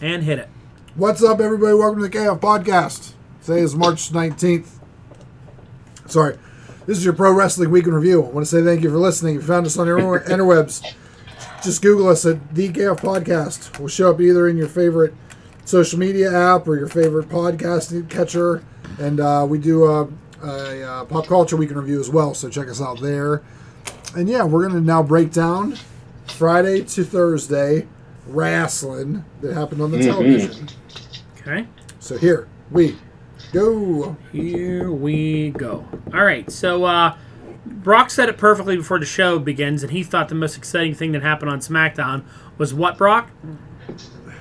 and hit it. What's up, everybody? Welcome to the KF Podcast. Today is March 19th. Sorry. This is your Pro Wrestling Week in Review. I want to say thank you for listening. If you found us on your inter- interwebs, just Google us at the KF Podcast. We'll show up either in your favorite social media app or your favorite podcast catcher. And uh, we do a, a, uh Pop Culture Week in Review as well, so check us out there. And yeah, we're going to now break down Friday to Thursday wrestling that happened on the television. Okay. So here we go. Here we go. All right. So uh, Brock said it perfectly before the show begins, and he thought the most exciting thing that happened on SmackDown was what, Brock?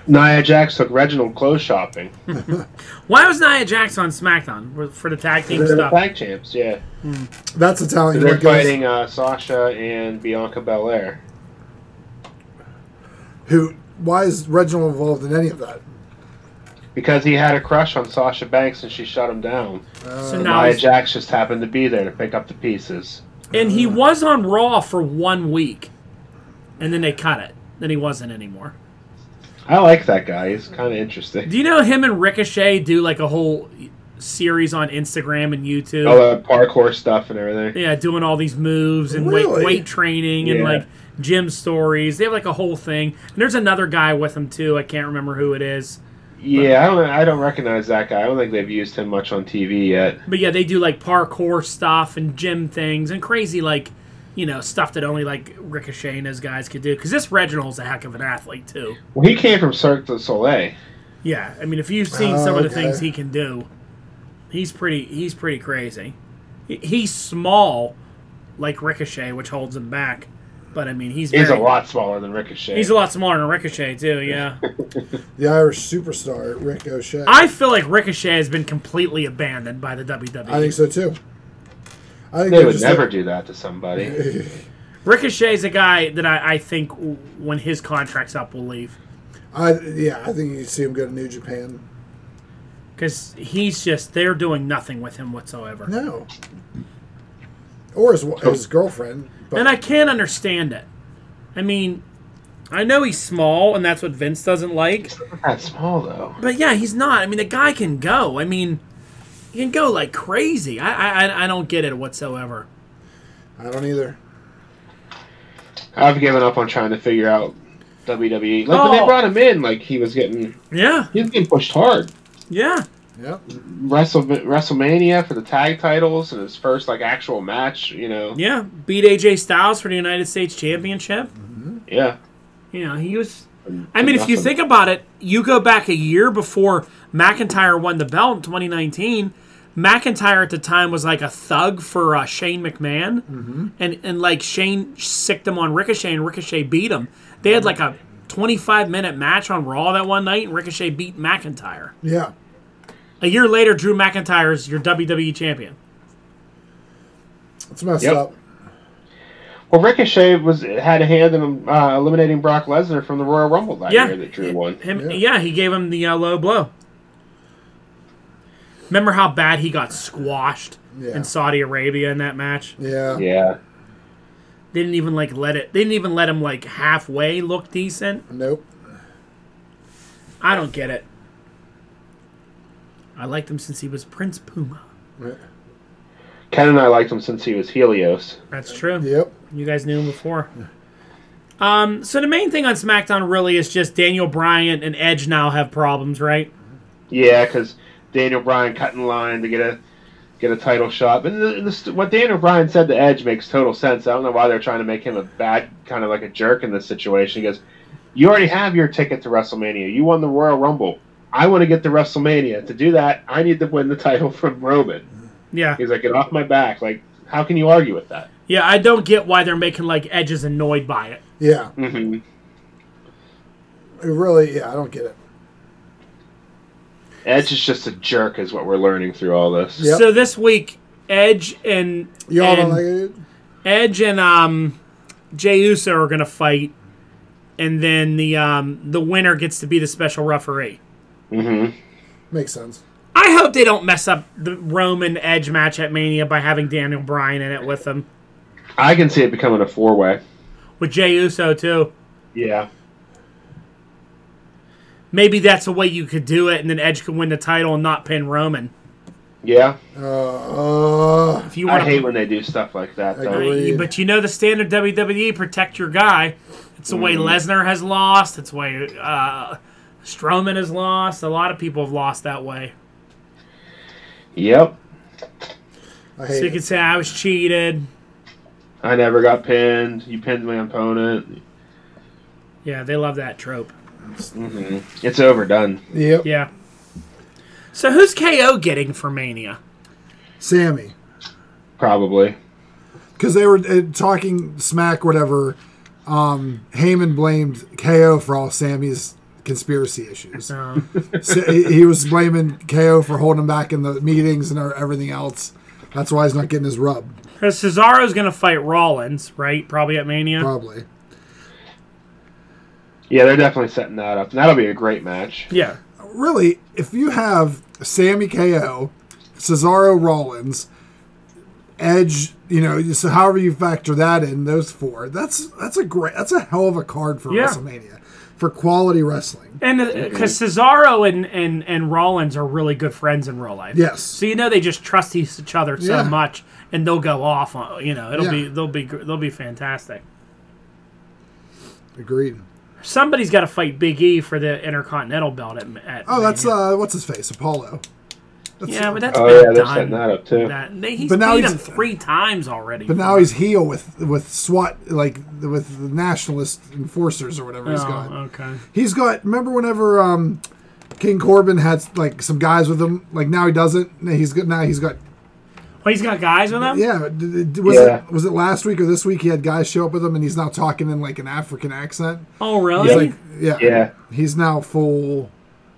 Nia Jax took Reginald clothes shopping. Why was Nia Jax on SmackDown for the tag team They're the stuff? tag champs, yeah. That's Italian. They're what goes- fighting uh, Sasha and Bianca Belair. Who? Why is Reginald involved in any of that? Because he had a crush on Sasha Banks and she shut him down. So now Uh, Nia he's, Jax just happened to be there to pick up the pieces. and he was on Raw for one week, and then they cut it. Then he wasn't anymore. I like that guy. He's kind of interesting. Do you know him and Ricochet do like a whole series on Instagram and YouTube? All that parkour stuff and everything. Yeah, doing all these moves and weight Really? weight training and Yeah. like gym stories. They have like a whole thing. And there's another guy with them too. I can't remember who it is. Yeah, I don't. I don't recognize that guy. I don't think they've used him much on TV yet. But yeah, they do like parkour stuff and gym things and crazy like you know stuff that only like Ricochet and those guys could do. Because this Reginald's a heck of an athlete too. Well, he came from Cirque du Soleil. Yeah, I mean if you've seen Oh, some of the okay. things he can do, he's pretty he's pretty crazy. He- He's small, like Ricochet, which holds him back. But I mean, he's He's a very- lot smaller than Ricochet. He's a lot smaller than Ricochet too. Yeah. The Irish superstar Rick O'Shea. I, I feel like Ricochet has been completely abandoned by the E. WWE. think so too. I think they they're would just never like- do that to somebody. Ricochet's a guy that I, I think w- when his contract's up will leave I yeah, I think you see him go to New Japan. because he's just they're doing nothing with him whatsoever, No. Or his Oh. wa- his girlfriend. But and I can't understand it. I mean, I know he's small, and that's what Vince doesn't like. That's small though. But yeah, he's not. I mean, the guy can go. I mean, he can go like crazy. I I, I- I don't get it whatsoever. I don't either. I've given up on trying to figure out WWE. Like when Oh. they brought him in, like he was getting Yeah, he was getting pushed hard. yeah. Yeah. Wrestle WrestleMania for the tag titles and his first like actual match. You know, yeah. Yeah, beat AJ Styles for the United States Championship. You know, he was. I mean, if you Nothing. think about it, you go back a year before McIntyre won the belt in 2019. McIntyre at the time was like a thug for uh, Shane McMahon, and and like Shane sicked him on Ricochet, and Ricochet beat him. They had like a 25 minute match on Raw that one night, and Ricochet beat McIntyre. Yeah. A year later, Drew McIntyre is your WWE champion. It's messed Yep. up. Well, Ricochet was had a hand in uh, eliminating Brock Lesnar from the Royal Rumble that Yeah. year that Drew won. Him, yeah. Yeah. he gave him the uh, low blow. Remember how bad he got squashed Yeah. in Saudi Arabia in that match? Yeah. Yeah, They didn't even like let it. They didn't even let him like halfway look decent. Nope. I don't get it. I liked him since he was Prince Puma. Ken and I liked him since he was Helios. That's true. Yep. You guys knew him before. Um, so the main thing on SmackDown really is just Daniel Bryan and Edge now have problems, right? Yeah, because Daniel Bryan cut in line to get a get a title shot. But the, the, st- what Daniel Bryan said to Edge makes total sense. I don't know why they're trying to make him a bad kind of like a jerk in this situation. He goes, "You already have your ticket to WrestleMania. You won the Royal Rumble. I want to get to WrestleMania. To do that, I need to win the title from Roman." Yeah. He's like, "Get off my back!" Like, how can you argue with that? Yeah, I don't get why they're making like Edges annoyed by it. Yeah. Mm-hmm. It really. Yeah. I don't get it. Edge is just a jerk, is what we're learning through all this. Yep. So this week, Edge and Y'all and don't like it. Edge and um, Jey Uso are gonna fight, and then the um, the winner gets to be the special referee. Mm-hmm. Makes sense. I hope they don't mess up the Roman Edge match at Mania by having Daniel Bryan in it with them, I can see it becoming a four way. with Jey Uso too. Yeah. maybe that's a way you could do it, and then Edge could win the title and not pin Roman. Yeah, Uh, uh, If you I want hate when they do stuff like that. I Though. agree. to, but you know the standard WWE protect your guy. It's the way Lesnar has lost. It's the way uh, Strowman has lost. A lot of people have lost that way. Yep, I So you hate could it. say I was cheated. I never got pinned. You pinned my opponent. Yeah, they love that trope. It's overdone. Yep. Yeah. So who's KO getting for Mania? Sammy. Probably. because they were uh, talking smack, whatever. Um, Heyman blamed KO for all Sammy's conspiracy issues. Um, so he, he was blaming KO for holding him back in the meetings and er, everything else. That's why he's not getting his rub, 'cause Cesaro's gonna fight Rollins, right? Probably at Mania. probably. Yeah, they're definitely setting that up. That'll be a great match. Yeah. Really, if you have Sammy KO, Cesaro Rollins, Edge, you know, so however you factor that in, those four, that's that's a great, that's a hell of a card for Yeah. WrestleMania for quality wrestling. And because Cesaro and, and, and Rollins are really good friends in real life. Yes. So you know they just trust each other so Yeah. much, and they'll go off. On, you know, it'll Yeah. be they'll be gr- they'll be fantastic. Agreed. Somebody's got to fight Big E for the Intercontinental belt at. at Oh, that's Mania. uh, what's his face, Apollo. That's, yeah, but that's Oh been yeah, they're setting done. that up too. That- they- he's But now beat he's- him three times already. but now he's heel with with SWAT like with the nationalist enforcers or whatever he's got. oh, okay. He's got. Remember whenever um, King Corbin had like some guys with him. Like now he doesn't. Now He's got now he's got. Well, Oh, he's got guys with him. Yeah, d- d- was Yeah. it was it last week or this week? He had guys show up with him, and he's now talking in like an African accent. Oh, really? He's like, yeah, Yeah. He's now full.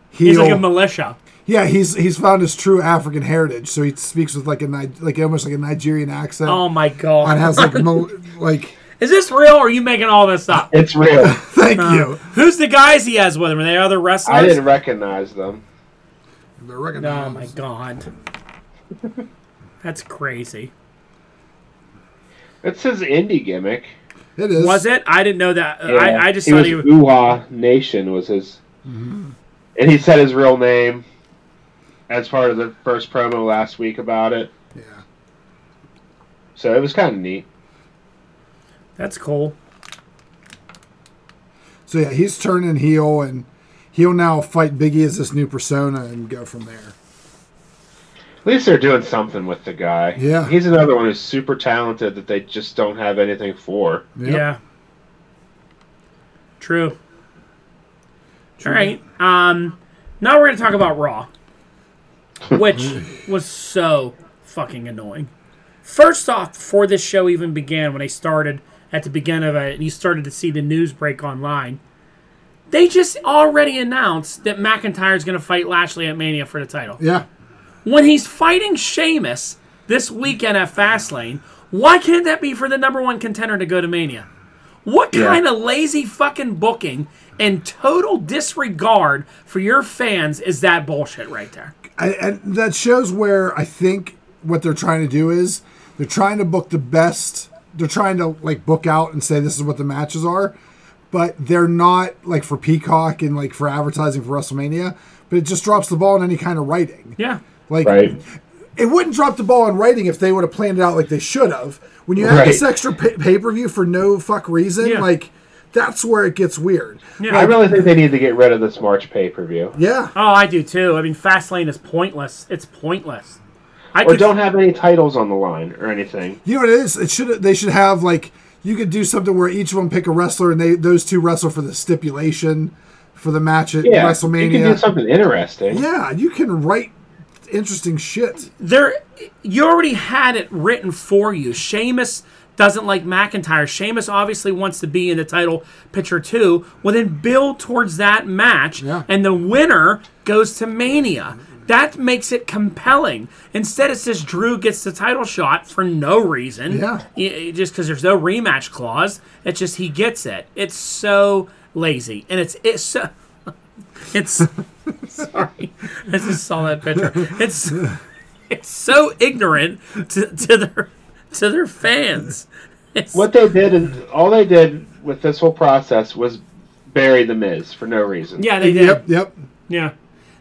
He's heel. like a militia. Yeah, he's he's found his true African heritage, so he speaks with like a Ni- like almost like a Nigerian accent, Oh my and god! has like mo- like Is this real? or Are you making all this up? It's real. thank you. Who's the guys he has with him? Are they other wrestlers? I didn't recognize them. They're recognized. Oh my god. That's crazy. It's his indie gimmick. It is. Was it? I didn't know that. Yeah, I, I just he thought was he Mm-hmm. was. Uwa Nation was his, and he said his real name as part of the first promo last week about it. Yeah. So it was kind of neat. That's cool. So yeah, he's turning heel, and he'll now fight Biggie as this new persona and go from there. At least they're doing something with the guy. Yeah. he's another one who's super talented that they just don't have anything for. Yep. Yeah. True. All right. Um, now we're gonna talk about Raw, which was so fucking annoying. First off, before this show even began, when I started at the beginning of it, and you started to see the news break online, they just already announced that McIntyre's gonna fight Lashley at Mania for the title. Yeah. when he's fighting Sheamus this weekend at Fastlane, why can't that be for the number one contender to go to Mania? What Yeah. kind of lazy fucking booking and total disregard for your fans is that bullshit right there? I, and that shows where I think what they're trying to do is they're trying to book the best. They're trying to like book out and say this is what the matches are, but they're not like for Peacock and like for advertising for WrestleMania. But it just drops the ball in any kind of writing. Yeah. Like Right. it wouldn't drop the ball in writing if they would have planned it out like they should have. When you have Right. this extra pay- pay-per-view for no fuck reason, Yeah. like that's where it gets weird. Yeah. I really think they need to get rid of this March pay per view, Yeah. Oh, I do too. I mean, Fastlane is pointless. It's pointless. I or could, don't have any titles on the line or anything. You know what it is? It should they should have like you could do something where each of them pick a wrestler and they those two wrestle for the stipulation for the match at Yeah, you can do WrestleMania. something interesting. yeah, you can write interesting shit. there you already had it written for you. Sheamus doesn't like McIntyre. Sheamus obviously wants to be in the title picture too. Well then build towards that match Yeah. and the winner goes to Mania. That makes it compelling. Instead, it says Drew gets the title shot for no reason. Yeah. Y- Just because there's no rematch clause. It's just he gets it. It's so lazy. And it's, it's so. It's. sorry. I just saw that picture. It's it's so ignorant to, to their to their fans. It's, what they did and all they did with this whole process was buried the Miz for no reason. Yeah, they did. Yep, yep. Yeah.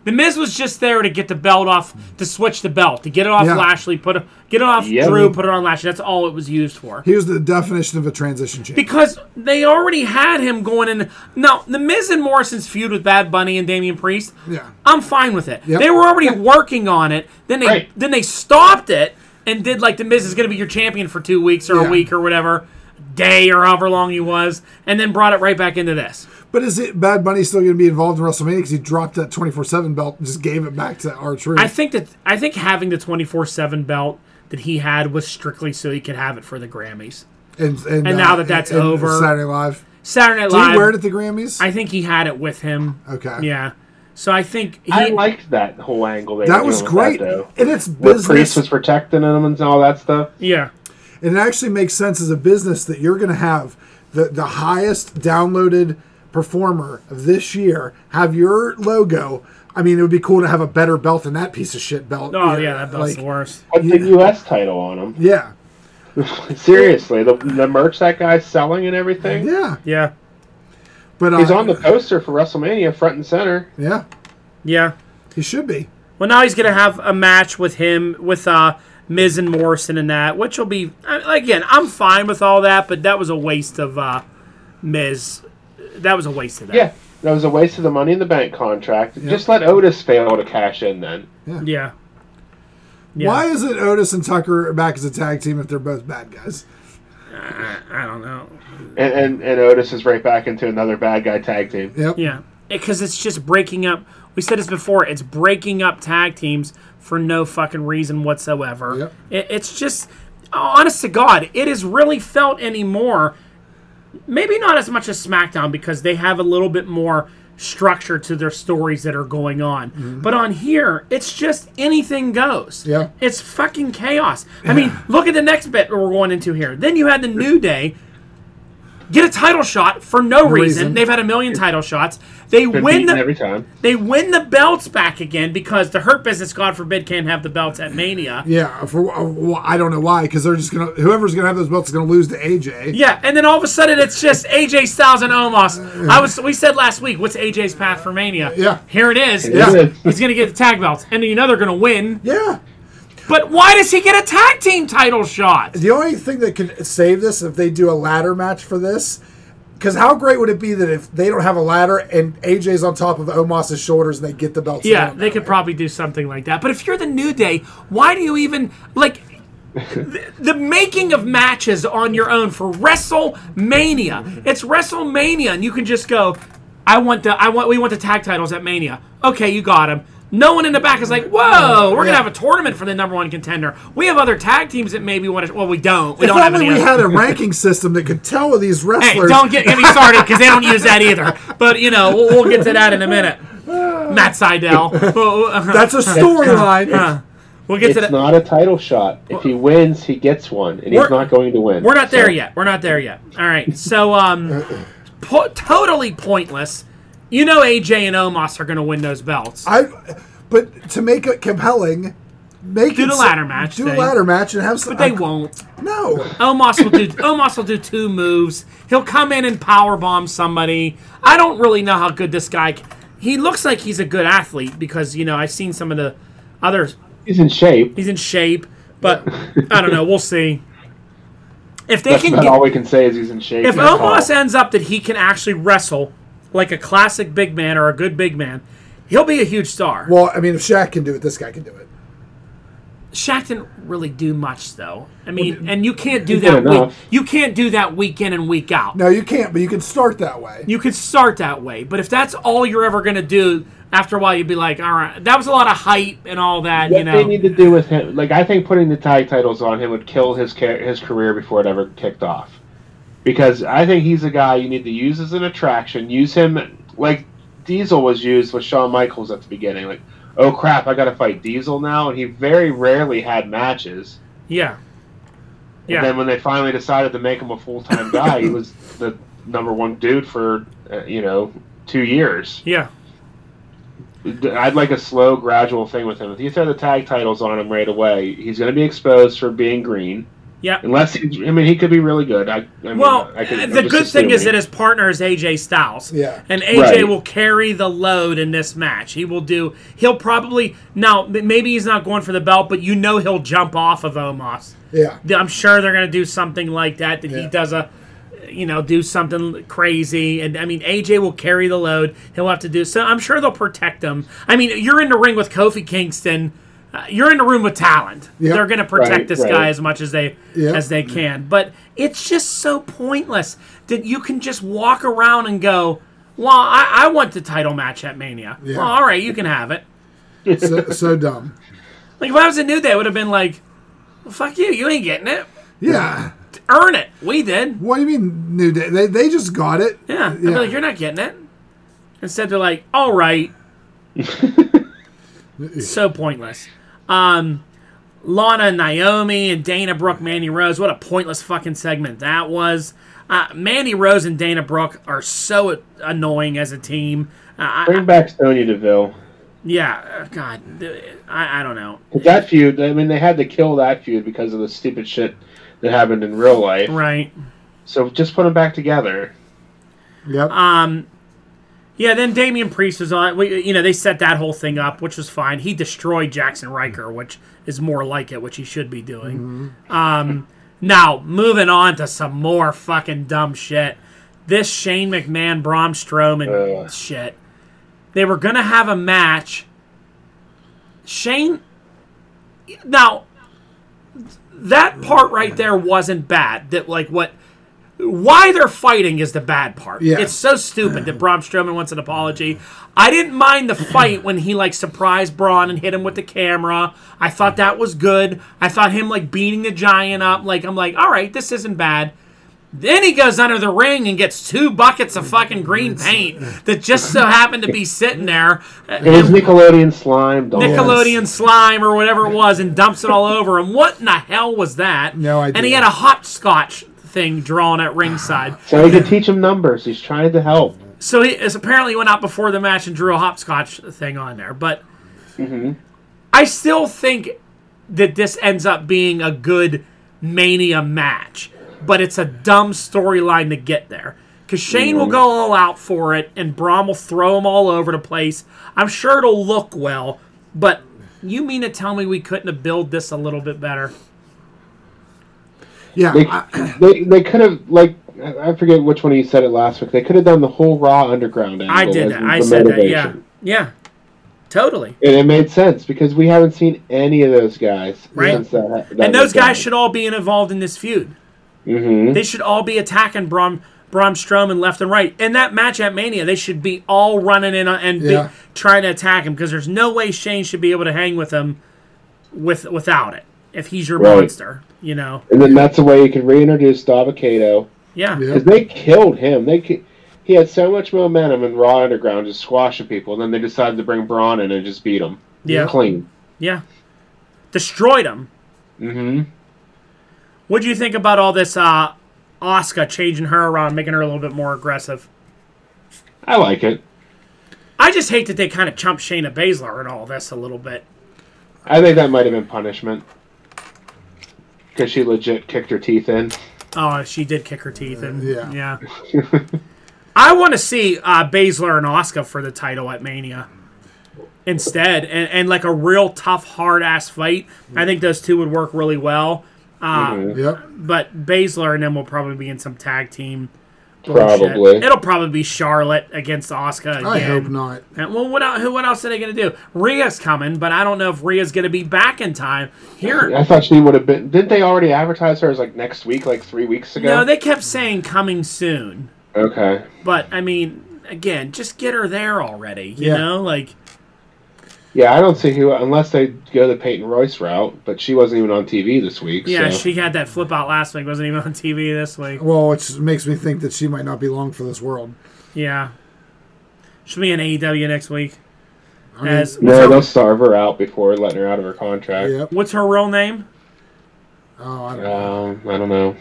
The Miz was just there to get the belt off, to switch the belt, to get it off Yeah. Lashley, put it, get it off Yep. Drew, put it on Lashley. That's all it was used for. He was the definition of a transition champion. Because they already had him going in. Now, the Miz and Morrison's feud with Bad Bunny and Damian Priest, Yeah. I'm fine with it. Yep. They were already working on it. Then they Right. then they stopped it and did like the Miz is going to be your champion for two weeks or Yeah. a week or whatever, day or however long he was, and then brought it right back into this. But is it Bad Bunny still going to be involved in WrestleMania because he dropped that twenty four seven belt and just gave it back to our truth? I think that I think having the twenty four seven belt that he had was strictly so he could have it for the Grammys. and, and, now that that's and over- Saturday Night Live. Saturday Night Did he Live. wear it at the Grammys? I think he had it with him. okay. Yeah. So I think he, I liked that whole angle. They That were was doing with great, that, though. and it's Where Priest business. was protecting him and all that stuff. yeah. And it actually makes sense as a business that you're going to have the, the highest downloaded performer of this year have your logo. I mean, it would be cool to have a better belt than that piece of shit belt. Oh yeah, that belt's like, the worst. Put the U.S. title on him. Yeah, Seriously, the, the merch that guy's selling and everything. yeah. Yeah. But uh, He's on the poster for WrestleMania, front and center. Yeah, Yeah. he should be. Well, now he's gonna have a match with him with uh, Miz and Morrison and that, which will be I- again. I'm fine with all that, but that was a waste of uh, Miz. That was a waste of that. Yeah, that was a waste of the Money in the Bank contract. Just let Otis fail to cash in then. Yeah. Yeah. Why is it Otis and Tucker are back as a tag team if they're both bad guys? I don't know. And, and, and Otis is right back into another bad guy tag team. Yep. Yeah, because it's just breaking up. We said this before. It's breaking up tag teams for no fucking reason whatsoever. Yep. It, it's just, honest to God, it is really felt anymore. Maybe not as much as SmackDown because they have a little bit more structure to their stories that are going on. But on here, it's just anything goes. Mm-hmm. Yeah. It's fucking chaos. I mean, look at the next bit we're going into here. Then you had the New Day get a title shot for no reason. reason. They've had a million title shots. They win Been beaten the every time. they win the belts back again because the Hurt Business, God forbid, can't have the belts at Mania. Yeah, for uh, well, I don't know why because they're just gonna whoever's gonna have those belts is gonna lose to AJ. Yeah, and then all of a sudden it's just AJ Styles and Omos. I was we said last week, what's AJ's path for Mania? Yeah. Here it is. Yeah. Isn't it? He's gonna get the tag belts, and then you know they're gonna win. yeah. But why does he get a tag team title shot? The only thing that could save this if they do a ladder match for this, because how great would it be that if they don't have a ladder and AJ's on top of Omos's shoulders and they get the belts? Yeah, down they that could way? probably do something like that. But if you're the New Day, why do you even like the, the making of matches on your own for WrestleMania? It's WrestleMania, and you can just go. I want the I want we want the tag titles at Mania. Okay, you got them. No one in the back is like, "Whoa, we're Yeah. gonna have a tournament for the number one contender." We have other tag teams that maybe want to. Well, we don't. We If don't have only any. we other- had a ranking system that could tell these wrestlers. Hey, don't get, get me started because they don't use that either. But you know, we'll, we'll get to that in a minute. Matt Seidel. uh, that's a storyline. We'll get to It's that. not a title shot. If he wins, he gets one, and We're- he's not going to win. We're not there So, yet. We're not there yet. All right. So, um, po- totally pointless. You know, AJ and Omos are going to win those belts. I, but to make it compelling, make Do it the s- ladder match Do a thing. ladder match and have some. but they won't. No, Omos will do. Omos will do two moves. He'll come in and power bomb somebody. I don't really know how good this guy. c- He looks like he's a good athlete because you know I've seen some of the other He's in shape. He's in shape, but I don't know. We'll see. If they That's can about get, all we can say is he's in shape. if That's all. Omos ends up that he can actually wrestle like a classic big man or a good big man, he'll be a huge star. well, I mean, if Shaq can do it, this guy can do it. Shaq didn't really do much though. I mean, and you can't do did that. Week, enough. you can't do that week in and week out. No, you can't, but you can start that way. You could start that way, but if that's all you're ever gonna do, after a while you'd be like, all right, that was a lot of hype and all that. what you they know, need to do with him, like I think putting the tag titles on him would kill his car- his career before it ever kicked off, because I think he's a guy you need to use as an attraction. Use him like Diesel was used with Shawn Michaels at the beginning. Like, oh crap, I got to fight Diesel now, and he very rarely had matches. yeah, And yeah. then when they finally decided to make him a full time guy, he was the number one dude for uh, you know two years. Yeah. I'd like a slow, gradual thing with him. If you throw the tag titles on him right away, he's going to be exposed for being green. Yeah. Unless he, I mean, he could be really good. I, I mean, Well, I could, I'm the just good thing is that assuming. his partner is AJ Styles. Yeah. And AJ Right. will carry the load in this match. He will do. He'll probably now m- maybe he's not going for the belt, but you know he'll jump off of Omos. Yeah. I'm sure they're going to do something like that. That he Yeah. does a, you know, do something crazy. And I mean, AJ will carry the load. He'll have to do so. I'm sure they'll protect him. I mean, you're in the ring with Kofi Kingston. Uh, you're in the room with talent. Yep. They're going to protect Right, this right. Mm-hmm. guy as much as they Yeah. as they can. But it's just so pointless that you can just walk around and go, "Well, I, I want the title match at Mania. Yeah. Well, all right, you can have it." So, so dumb. Like if I was a new day, I would have been like, well, "Fuck you, you ain't getting it. Yeah. Earn it. We did. What do you mean, New Day? They, they just got it. Yeah." I'd be like, "You're not getting it." Instead, they're like, "All right." so pointless. Um, Lana and Naomi and Dana Brooke, Mandy Rose. What a pointless fucking segment that was. Uh, Mandy Rose and Dana Brooke are so annoying as a team. Uh, I, Bring back Sonya Deville. yeah, uh, God, th- I, I don't know. 'Cause That feud, I mean, they had to kill that feud because of the stupid shit that happened in real life. Right. So just put them back together. Yep. Uh, Yeah, then Damian Priest was on. We, you know, they set that whole thing up, which was fine. He destroyed Jackson Riker, which is more like it, which he should be doing. Um, now, moving on to some more fucking dumb shit. This Shane McMahon, Braun Strowman Ugh. shit. They were going to have a match. Shane. Now, that part right there wasn't bad. That, like, what. Why they're fighting is the bad part. Yeah. It's so stupid that Braun Strowman wants an apology. I didn't mind the fight when he like surprised Braun and hit him with the camera. I thought that was good. I thought him like beating the giant up. Like I'm like, all right, this isn't bad. Then he goes under the ring and gets two buckets of fucking green paint that just so happened to be sitting there. uh, It was Nickelodeon slime. Don't Nickelodeon slime or whatever it was and dumps it all over him. What in the hell was that? No idea. And he had a hopscotch thing drawn at ringside. So he could teach him numbers. He's trying to help. So he is apparently went out before the match and drew a hopscotch thing on there. But Mm-hmm. I still think that this ends up being a good Mania match. But it's a dumb storyline to get there. Because Shane Mm-hmm. will go all out for it and Braun will throw him all over the place. I'm sure it'll look well. But you mean to tell me we couldn't have built this a little bit better? yeah. They, I- they, they could have like I I forget which one of you said it last week. They could have done the whole Raw Underground. Angle I did as that. the I said that. Yeah. motivation. Yeah. Totally. and it made sense because we haven't seen any of those guys Right. since that. that And those was done. guys should all be involved in this feud. Mhm. They should all be attacking Braun, Braun Strowman left and right. In that match at Mania, they should be all running in on- and Yeah. be trying to attack him because there's no way Shane should be able to hang with him with without it. If he's your Right. monster, you know, And then that's the way you could reintroduce Dabakato yeah, Yeah. because they killed him. They ki- he had so much momentum in Raw Underground, just squashing people. And then they decided to bring Braun in and just beat him. Yeah. clean. yeah. destroyed him. hmm What do you think about all this? uh Oscar changing her around, making her a little bit more aggressive. I like it. I just hate that they kind of chump Shayna Baszler and all this a little bit. I think that might have been punishment because she legit kicked her teeth in. Oh, she did kick her teeth, and yeah. yeah. I want to see uh, Baszler and Oscar for the title at Mania instead, and, and like a real tough, hard ass fight. I think those two would work really well. Uh, yep. But Baszler and them will probably be in some tag team. bullshit. Probably. it'll probably be Charlotte against Oscar again. I hope not. And, well, what el- who? What else are they gonna do? Rhea's coming, but I don't know if Rhea's gonna be back in time. Here, I thought she would have been. Didn't they already advertise her as like next week, like three weeks ago? no, they kept saying coming soon. Okay. But I mean, again, just get her there already. You Yeah. know, like Yeah, I don't see who unless they go the Peyton Royce route, but she wasn't even on TV this week. yeah, so. she had that flip out last week. Wasn't even on TV this week. Well, which makes me think that she might not be long for this world. Yeah, she'll be in AEW next week. I mean, As what's, No, her, they'll starve her out before letting her out of her contract. yep. what's her real name? Oh, I don't know. Um, I don't know.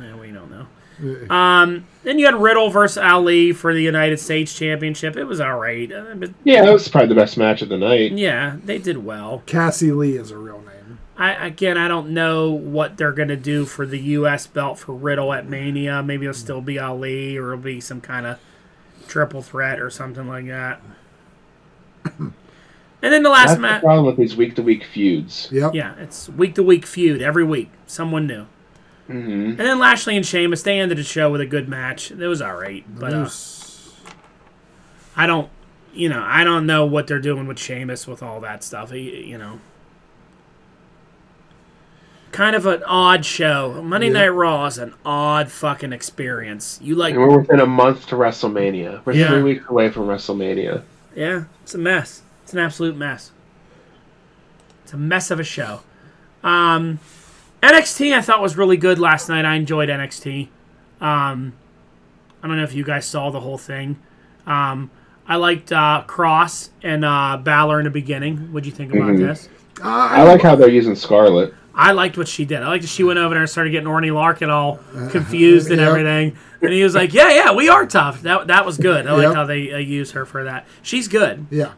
Eh, we don't know. Uh, Um, then you had Riddle versus Ali for the United States Championship. It was all right. Uh, but Yeah, that was probably the best match of the night. yeah, they did well. Cassie Lee is her real name. I again, I don't know what they're gonna do for the U.S. belt for Riddle at Mania. Maybe it'll still be Ali, or it'll be some kind of triple threat or something like that. and then the That's last the match. problem with these week to week feuds. Yep. Yeah, it's week to week feud every week. Someone new. Mm-hmm. And then Lashley and Sheamus, they ended the show with a good match. It was all right, but uh, Yes. I don't, you know, I don't know what they're doing with Sheamus with all that stuff. He, you know, kind of an odd show. Monday Yeah. Night Raw is an odd fucking experience. You like, And we're within a month to WrestleMania. We're Yeah. three weeks away from WrestleMania. yeah, it's a mess. It's an absolute mess. It's a mess of a show. Um, NXT I thought was really good last night. I enjoyed NXT. Um, I don't know if you guys saw the whole thing. Um, I liked uh, Cross and uh, Balor in the beginning. What'd you think about Mm-hmm. Mhm. this? I like how they're using Scarlet. I liked what she did. I liked that she went over there and started getting Orny Larkin all confused and Uh, Yep. everything. And he was like, "Yeah, yeah, we are tough." That that was good. I Yep. liked how they uh, used her for that. She's good. Yeah.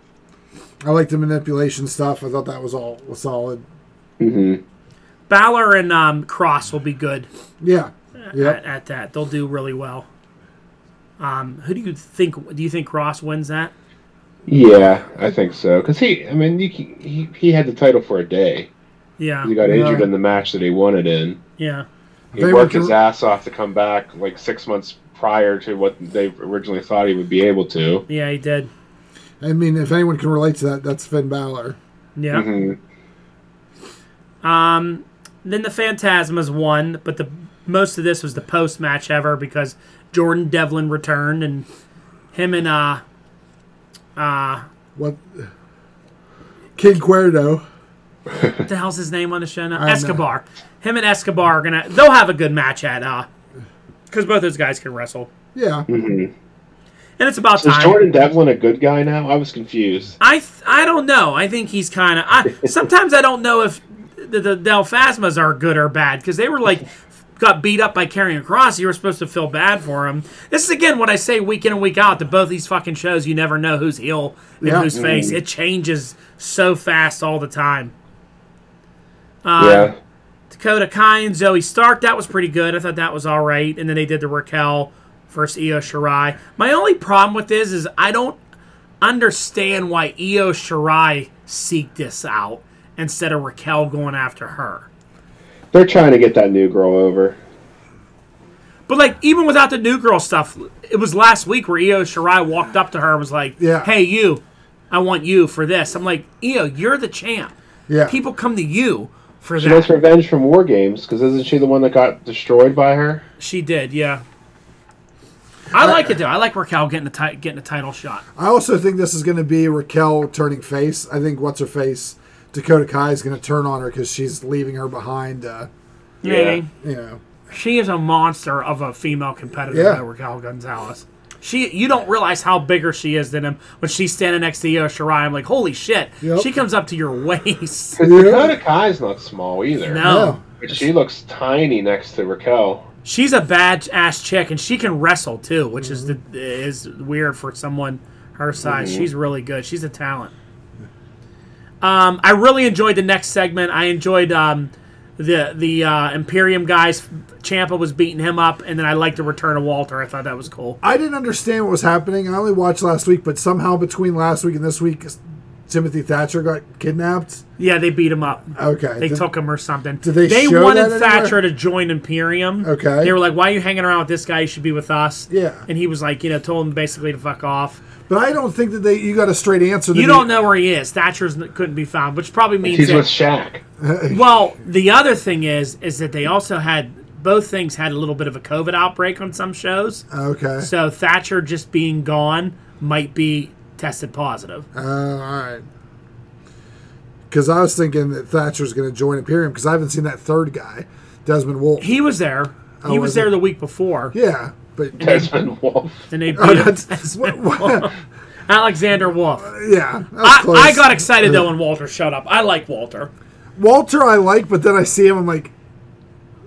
I like the manipulation stuff. I thought that was all was solid. Mm-hmm. Balor and um, Cross will be good Yeah. Yep. at, at that. They'll do really well. Um, who do you think? Do you think Cross wins that? Yeah, I think so. Because he, I mean, you, can- he he had the title for a day. Yeah, He got Yeah. injured in the match that he won it in. yeah, He They worked were- his ass off to come back like six months prior to what they originally thought he would be able to. yeah. He did. I mean, if anyone can relate to that, that's Finn Balor. Yeah. hmm Um, then the Phantasmas won, but the most of this was the post match ever because Jordan Devlin returned and him and uh, uh, What? Kid Cuerdo. what the hell's his name on the show now? don't know. Escobar. Him and Escobar are gonna they'll have a good match at uh, because both those guys can wrestle, Yeah. and it's about Is time. Jordan Devlin a good guy now? I was confused. I th- I don't know. I think he's kind of. I sometimes I don't know if the, the Delphasmas are good or bad because they were like got beat up by carrying cross. You were supposed to feel bad for him. This is again what I say week in and week out to both these fucking shows. You never know who's heel and Yeah. who's face. It changes so fast all the time. yeah. Dakota Kai and Zoe Stark. That was pretty good. I thought that was all right. And then they did the Raquel versus Io Shirai. My only problem with this is I don't understand why Io Shirai seeked this out instead of Raquel going after her. They're trying to get that new girl over. But like even without the new girl stuff, it was last week where Io Shirai walked up to her and was like, Yeah. "Hey you, I want you for this." I'm like, "Io, you're the champ. Yeah. People come to you for She that." wants revenge from War Games because isn't she the one that got destroyed by her? She did, yeah. I like it though. I like Raquel getting the ti- getting a title shot. I also think this is going to be Raquel turning face. I think what's her face, Dakota Kai is going to turn on her because she's leaving her behind. Uh, Maybe. you know, She is a monster of a female competitor, Yeah. though, Raquel Gonzalez. She, you don't realize how bigger she is than him when she's standing next to Io Shirai. I'm like, holy shit! Yep. She comes up to your waist. Because Dakota Kai's not small either. No, Oh. But she looks tiny next to Raquel. she's a bad ass chick, and she can wrestle too, which Mm-hmm. is the, is weird for someone her size. She's really good. She's a talent. Um, I really enjoyed the next segment. I enjoyed um, the the uh, Imperium guys. Champa was beating him up, and then I liked the return of Walter. I thought that was cool. I didn't understand what was happening. I only watched last week, but somehow between last week and this week, Timothy Thatcher got kidnapped. Yeah, they beat him up. Oh, Okay, They did- took him or something. Did they show wanted that anywhere? Thatcher to join Imperium. Okay. They were like, "Why are you hanging around with this guy? You should be with us." Yeah. And he was like, you know, told him basically to fuck off. but I don't think that they you got a straight answer. You don't know where he is. Thatcher's n- couldn't be found, which probably means He's that- with Shaq. Well, the other thing is, is that they also had both things had a little bit of a COVID outbreak on some shows. Okay. So Thatcher just being gone might be tested positive. Oh, all right. Because I was thinking that Thatcher's going to join Imperium because I haven't seen that third guy, Desmond Wolf. He was there. He was was there he? the week before, yeah, but Desmond Wolf. and they beat Oh, him. that's- what- what- Alexander Wolf. yeah, that was I, close. I got excited though when Walter showed up. I like Walter. Walter. I like, but then I see him. I'm like,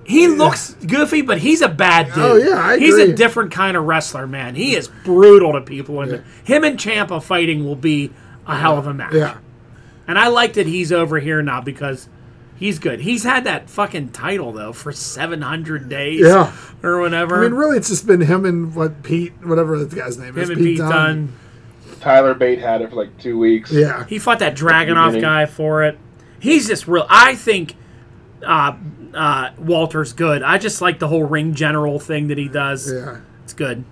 He looks goofy, but he's a bad dude. Oh, yeah, I he's a agree. different kind of wrestler, man. He is brutal to people, and him and Champa fighting will be a hell of a match. yeah, And I like that he's over here now because He's good. He's had that fucking title though for seven hundred days, Yeah. or whatever. I mean, really, it's just been him and what Pete, whatever the guy's name is, Him and Pete Dunne. Tyler Bate had it for like two weeks. Yeah, He fought that Dragonoff Beginning. guy for it. He's just real. I think uh, uh, Walter's good. I just like the whole ring general thing that he does. yeah. It's good.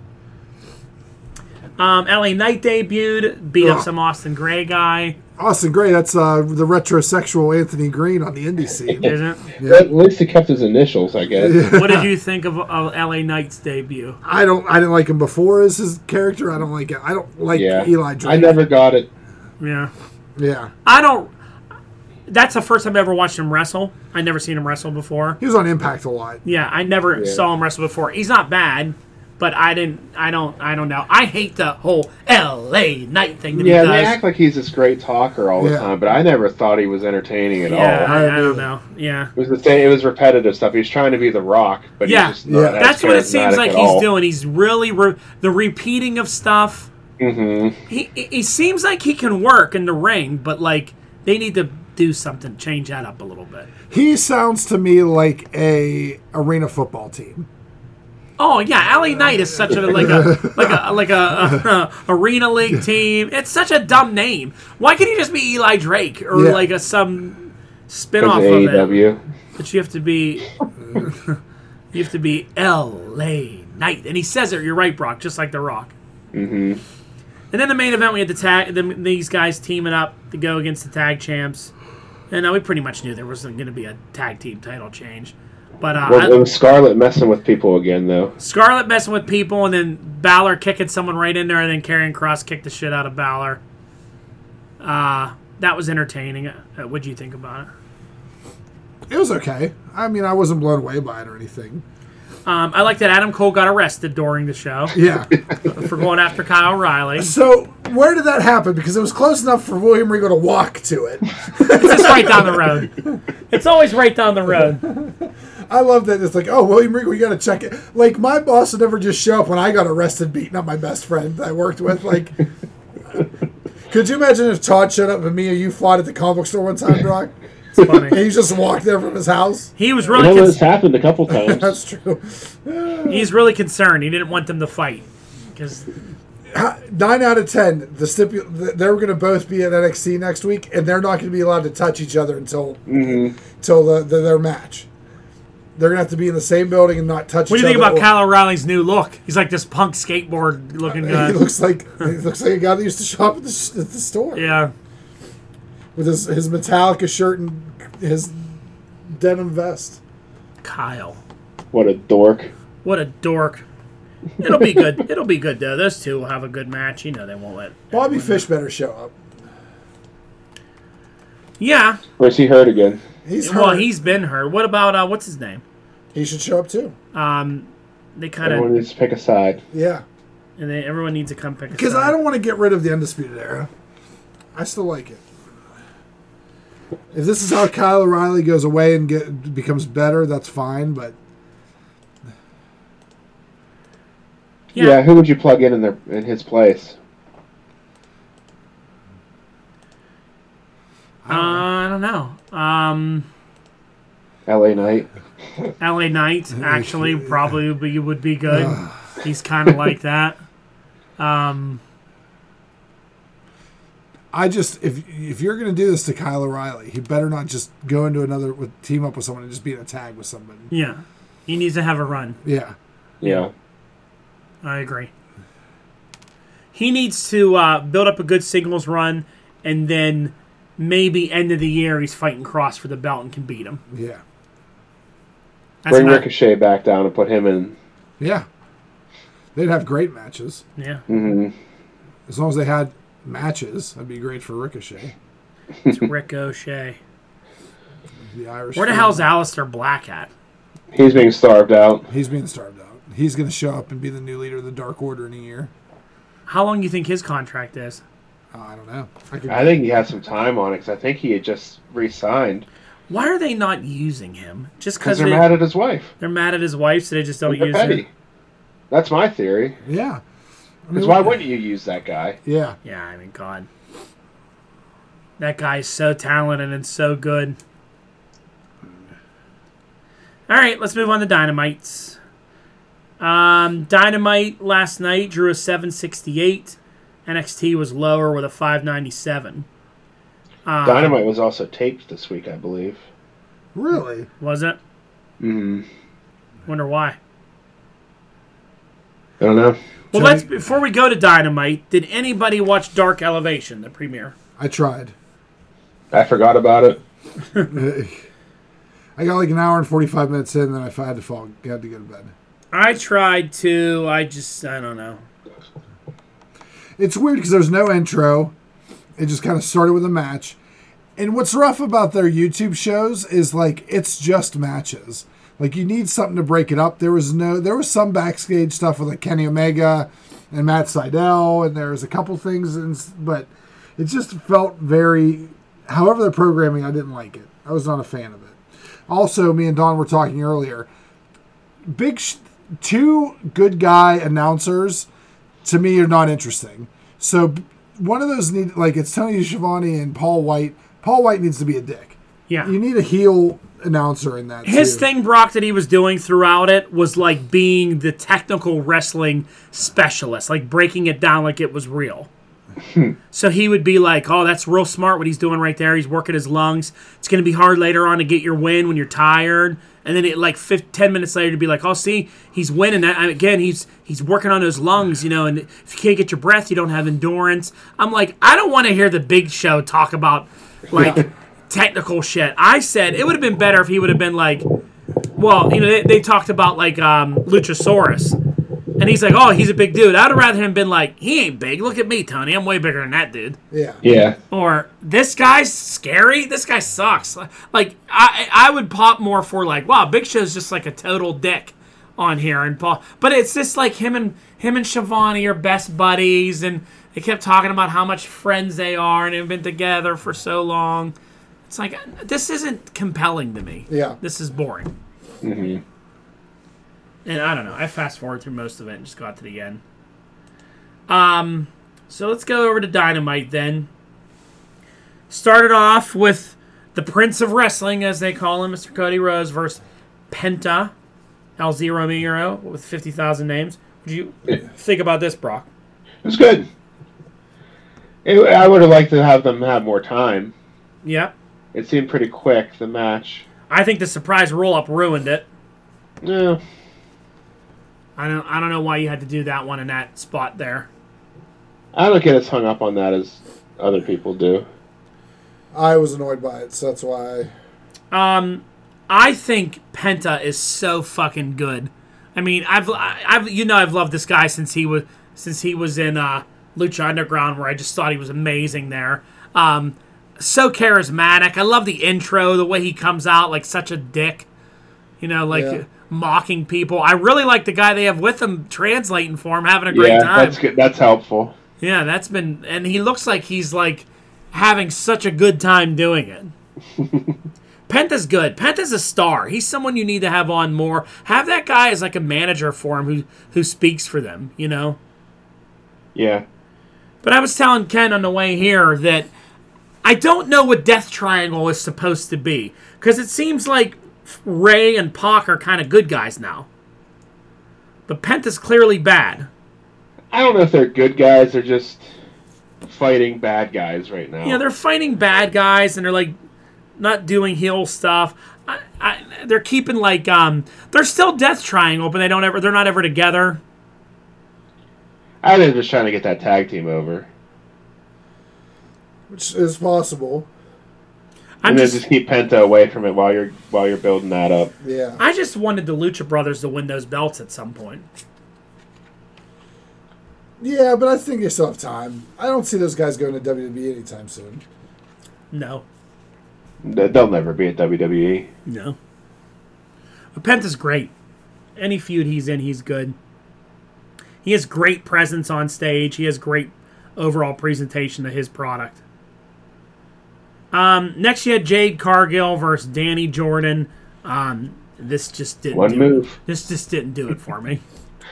Um, LA Knight debuted, beat up Ugh. some Austin Gray guy. Austin Gray, that's uh, the retrosexual Anthony Green on the indie Oh. scene. Isn't? But at least he kept his initials, I guess. what did you think of uh, LA Knight's debut? I don't, I didn't like him before as his character. I don't like it. I don't like Yeah. Eli I Drake. never got it. Yeah, yeah, I don't. That's the first time I ever watched him wrestle. I never seen him wrestle before. he was on Impact a lot. Yeah, I never Yeah. saw him wrestle before. He's not bad, but I didn't. I don't. I don't know. I hate the whole L.A. Night thing that Yeah, he they does. act like he's this great talker all the Yeah. time, but I never thought he was entertaining at yeah, all. I, I agree. don't know. Yeah, It was the same. It was repetitive stuff. He was trying to be the Rock, but Yeah. he's just not Yeah. as that's what it seems charismatic like at he's all. doing. He's really re- the repeating of stuff. Mhm. He he- he seems like he can work in the ring, but like they need to do something, change that up a little bit. He sounds to me like a arena football team. Oh yeah, LA Knight is such a like a like a like a, arena league team. It's such a dumb name. Why can't he just be Eli Drake or Yeah. like a some spin Because E off of of it? AEW. But you have to be you have to be LA Knight, and he says it. You're right, Brock. Just like The Rock. hmm And then the main event, we had the tag the, these guys teaming up to go against the tag champs. And uh, we pretty much knew there wasn't going to be a tag team title change. But uh, I- Well, it was Scarlett messing with people again, though. Scarlet messing with people, and then Balor kicking someone right in there, and then Karrion Cross kicked the shit out of Balor. Uh, that was entertaining. Uh, what'd you think about it? It was okay. I mean, I wasn't blown away by it or anything. Um, I like that Adam Cole got arrested during the show Yeah. for going after Kyle O'Reilly. It's so where did that happen? Because it was close enough for William Regal to walk to it. just right down the road. It's always right down the road. I love that it's like, oh, William Regal, you got to check it. Like my boss would never just show up when I got arrested, beating up my best friend that I worked with. Like, could you imagine if Todd showed up and me and you fought at the comic book store one time, Brock? It's and funny. he just walked there from his house. He was I really know this con- happened a couple times. That's true. he's really concerned. He didn't want them to fight because Nine out of ten. The stipu- th- they're going to both be at NXT next week, and they're not going to be allowed to touch each other until until the, the, their match. They're going to have to be in the same building and not touch. what do each you think other about or- Kyle O'Reilly's new look? He's like this punk skateboard looking He guy. looks like he looks like a guy that used to shop at the, sh- at the store Yeah. with his his Metallica shirt and his denim vest. Kyle. What a dork. What a dork. It'll be good. It'll be good though. Those two will have a good match. You know they won't let. Bobby Fish better show up. Yeah. Where's he hurt again? He's hurt. Well, he's been hurt. What about uh, what's his name? he should show up too. Um, they kind Everyone of needs to pick a side. Yeah, and they, everyone needs to come pick. a because side. I don't want to get rid of the Undisputed Era. I still like it. If this is how Kyle O'Reilly goes away and get becomes better, that's fine. But Yeah. Yeah. who would you plug in in their in his place? Uh, I don't know. Um, L.A. Knight. L.A. Knight actually probably would be, would be good. He's kind of like that. Um, I just if if you're gonna do this to Kyle O'Reilly, he better not just go into another with team up with someone and just be in a tag with somebody. yeah, he needs to have a run. Yeah, Yeah. I agree. He needs to uh, build up a good singles run, and then maybe end of the year he's fighting Cross for the belt and can beat him. yeah, That's Bring about- Ricochet back down and put him in. yeah. They'd have great matches. Yeah, Mhm. As long as they had matches, that'd be great for Ricochet. it's Ricochet. The Irish. Where the Fiend. hell's Alistair Black at? He's being starved out. He's being starved out. He's going to show up and be the new leader of the Dark Order in a year. How long do you think his contract is? Oh, I don't know. I could, I think he had some time on it because I think he had just re-signed Why are they not using him? Just because because they're they, mad at his wife. they're mad at his wife, so they just don't They're use petty. him. That's my theory. yeah, Because why wouldn't you use that guy? yeah. Yeah, I mean, God, that guy is so talented and so good. All right, let's move on to Dynamites. Um, Dynamite last night drew a 768. NXT was lower with a 597. Um, Dynamite was also taped this week, I believe. Really? was it? Mm-hmm. Mm, Wonder why. I don't know. Well, Johnny- let's before we go to Dynamite, did anybody watch Dark Elevation, the premiere? I tried. I forgot about it. I got like an hour and forty five minutes in, then I had to fall. Had to go to bed. I tried to. I just I don't know. It's weird because there's no intro. It just kind of started with a match. And what's rough about their YouTube shows is like it's just matches. Like you need something to break it up. There was no there was some backstage stuff with like Kenny Omega and Matt Seidel and there was a couple things and s- but it just felt very however the programming I didn't like it. I was not a fan of it. Also, me and Don were talking earlier. Big sh- two good guy announcers to me are not interesting. So b- one of those need like it's Tony Schiavone and Paul White. Paul White needs to be a dick. Yeah. You need a heel announcer in that. His too. thing, Brock, that he was doing throughout it was like being the technical wrestling specialist, like breaking it down like it was real. so he would be like, "Oh, that's real smart what he's doing right there. He's working his lungs. It's going to be hard later on to get your win when you're tired." And then it like fif 10 minutes later to be like, "Oh, see, he's winning that." And uh, again, he's he's working on his lungs, you know, and if you can't get your breath, you don't have endurance. I'm like, "I don't want to hear the big show talk about like technical shit. I said it would have been better if he would have been like, well, you know, they, they talked about like um, Luchasaurus, and he's like, oh, he's a big dude. I'd have rather him been like, he ain't big. Look at me, Tony. I'm way bigger than that dude. Yeah. Yeah. Or this guy's scary. This guy sucks. Like I, I would pop more for like, wow, Big Show's just like a total dick on here and Paul. But it's just like him and him and Shivani are best buddies, and they kept talking about how much friends they are and have been together for so long. It's like uh, this isn't compelling to me. Yeah. This is boring. Mm-hmm. And I don't know. I fast forward through most of it and just got to the end. Um, so let's go over to Dynamite then. Started off with the Prince of Wrestling, as they call him, Mr. Cody Rose versus Penta El Zero Romero with fifty thousand names. Would you think about this, Brock? It was good. It, I would have liked to have them have more time. Yeah, It seemed pretty quick, the match. I think the surprise roll up ruined it. Yeah. I don't. I don't know why you had to do that one in that spot there. I don't get as hung up on that as other people do. I was annoyed by it, so that's why. Um, I think Penta is so fucking good. I mean, I've, I- I've, you know, I've loved this guy since he was, since he was in uh, Lucha Underground, where I just thought he was amazing there. Um, so charismatic. I love the intro, the way he comes out like such a dick, you know, like Yeah. mocking people. I really like the guy they have with him translating for him, having a great yeah, time. that's good. That's helpful. Yeah, that's been, and he looks like he's like having such a good time doing it. Penta's good. Penta's a star. He's someone you need to have on more. Have that guy as like a manager for him who who speaks for them. You know. Yeah. But I was telling Ken on the way here that I don't know what Death Triangle is supposed to be because it seems like Ray and Pac are kind of good guys now, but Penta's clearly bad. I don't know if they're good guys. They're just fighting bad guys right now. you know they're fighting bad guys and they're like not doing heel stuff I, I, they're keeping like um they're still death triangle but they don't ever they're not ever together I think they're just trying to get that tag team over. Which is possible. i'm and then just, just keep Penta away from it while you're while you're building that up. Yeah. i just wanted the lucha brothers to win those belts at some point Yeah, but I think they still have time. I don't see those guys going to WWE anytime soon. no They- They'll never be at E. WWE. no but penta's great any feud he's in he's good he has great presence on stage he has great overall presentation of his product um, next you had jade cargill versus danny jordan um, this just didn't One do move. This just didn't do it for me.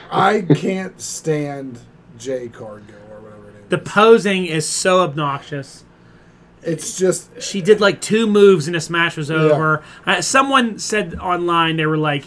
I can't stand Jay Cargill or whatever it is. The posing is so obnoxious. It's just she did like two moves and this match was over. Uh, someone said online they were like,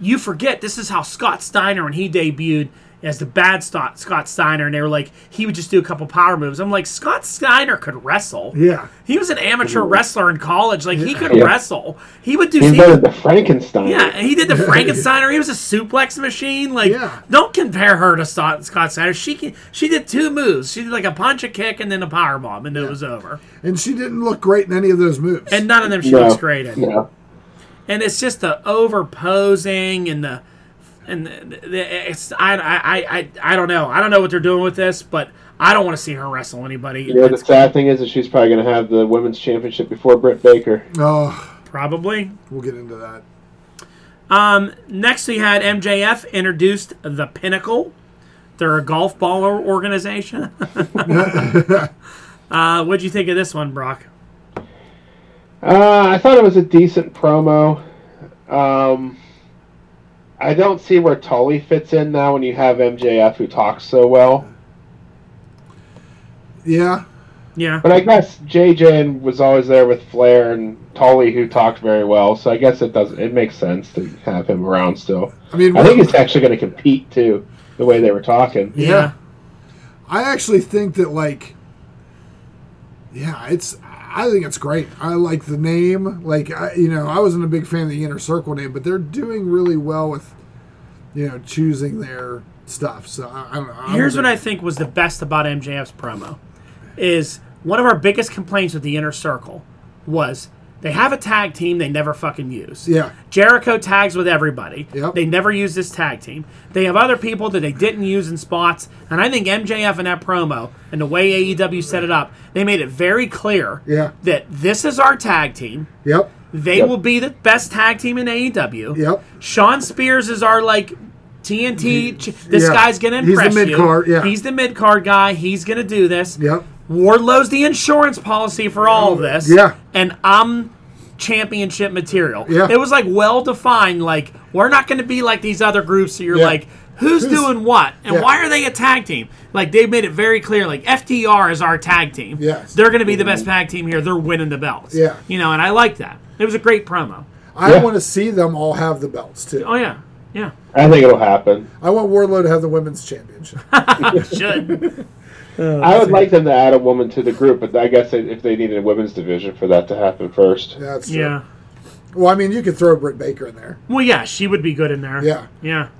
"You forget this is how Scott Steiner when he debuted as the bad Scott Scott Steiner," and they were like, "He would just do a couple power moves." I'm like, Scott Steiner could wrestle. yeah. He was an amateur wrestler in college. Like he could Yeah. wrestle. He would do. He he- invented the Frankenstein. yeah, and he did the Frankensteiner. He was a suplex machine. Like, Yeah. don't compare her to Scott, Scott Steiner. She can, she did two moves. She did like a punch, a kick, and then a power bomb, and it was over. And she didn't look great in any of those moves. And none of them she No. looks great in. No. And it's just the overposing and the and the, the, it's I, I I- I I don't know. I don't know what they're doing with this, but I don't want to see her wrestle anybody. You know, the It's sad thing is that she's probably going to have the women's championship before Britt Baker. oh, probably. we'll get into that. Um, next, we had MJF introduced the Pinnacle. They're a golf ball or- organization. uh, what'd you think of this one, Brock? Uh, I thought it was a decent promo. Um, I don't see where Tully fits in now when you have MJF who talks so well. Yeah. Yeah, But I guess JJ was always there with Flair and Tully who talked very well, so I guess it does it makes sense to have him around still. I mean, I think it's actually going to compete too, the way they were talking. yeah. Yeah. I actually think that like yeah, it's I think it's great. I like the name. Like I, you know, I wasn't a big fan of the inner circle name, but they're doing really well with you know, choosing their stuff. So I, I don't know. I'm Here's a what big- I think was the best about MJF's promo is one of our biggest complaints with the inner circle was they have a tag team they never fucking use. Yeah. Jericho tags with everybody. Yep. They never use this tag team. They have other people that they didn't use in spots, and I think MJF in that promo and the way AEW set it up, they made it very clear Yeah. that this is our tag team. Yep. They Yep. will be the best tag team in E AEW. Yep. Sean Spears is our like TNT. ch- This yeah. guy's gonna He's the impress you. mid-card, yeah. He's the mid card guy. He's gonna do this. Yep. Wardlow's the insurance policy for all of this. Yeah. And I'm championship material. Yeah. It was like well defined. Like we're not gonna be like these other groups. So you're Yeah. like. Who's, Who's- doing what, and Yeah. why are they a tag team? Like they made it very clear. Like FTR is our tag team. Yes. they're going to be the best tag team here. They're winning the belts. Yeah. you know, and I like that. It was a great promo. I Yeah. want to see them all have the belts too. Oh yeah, yeah. I think it'll happen. I want Wardlow to have the women's championship. Should Oh, I would like them to add a woman to the group, but I guess if they needed a women's division for that to happen first. That's true. yeah. Well, I mean, you could throw Britt Baker in there. Well, yeah, she would be good in there. Yeah. yeah.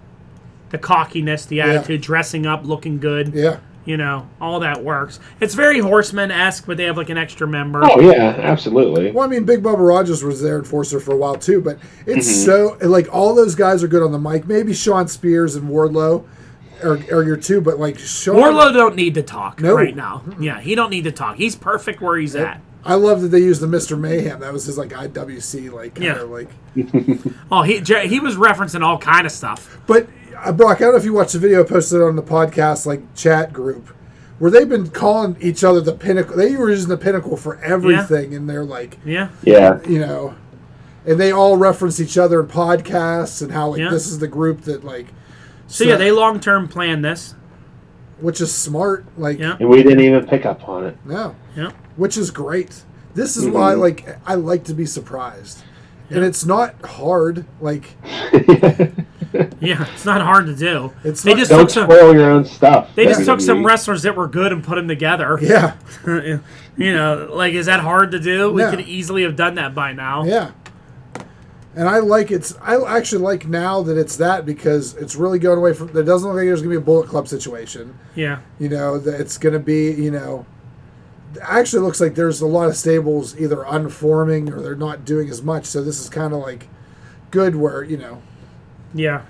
The cockiness, the attitude, dressing up, looking good. Yeah. You know, all that works. It's very horseman esque, but they have like an extra member. Oh yeah, absolutely. Well, I mean, Big Bubba Rogers was their enforcer for a while too, but it's so like all those guys are good on the mic. Maybe Sean Spears and Wardlow are, are your two, but like Sean Warlow don't need to talk No. right now. Yeah, he don't need to talk. He's perfect where he's at. I love that they used the Mister Mayhem. That was his like IWC like kind Yeah. of like. Oh, he Jer- he was referencing all kind of stuff. But uh, Brock, I don't know if you watched the video posted on the podcast like chat group where they've been calling each other the pinnacle. They were using the pinnacle for everything, and they're like Yeah, Yeah. you know, and they all reference each other in podcasts and how like Yeah. this is the group that like. so yeah, they long term plan this. which is smart. Like, Yeah. And we didn't even pick up on it. no, Yeah. which is great. This is why, like, I like to be surprised, and it's not hard. Like, Yeah, it's not hard to do. It's they not- just Don't took some. spoil your own stuff. They just took some WWE. wrestlers that were good and put them together. yeah, you know, like is that hard to do? We No. could easily have done that by now. yeah. And I like it's. I actually like now that it's that because it's really going away from. It doesn't look like there's gonna be a bullet club situation. Yeah. You know that it's gonna be. You know, actually looks like there's a lot of stables either unforming or they're not doing as much. So this is kind of like good where you know Yeah.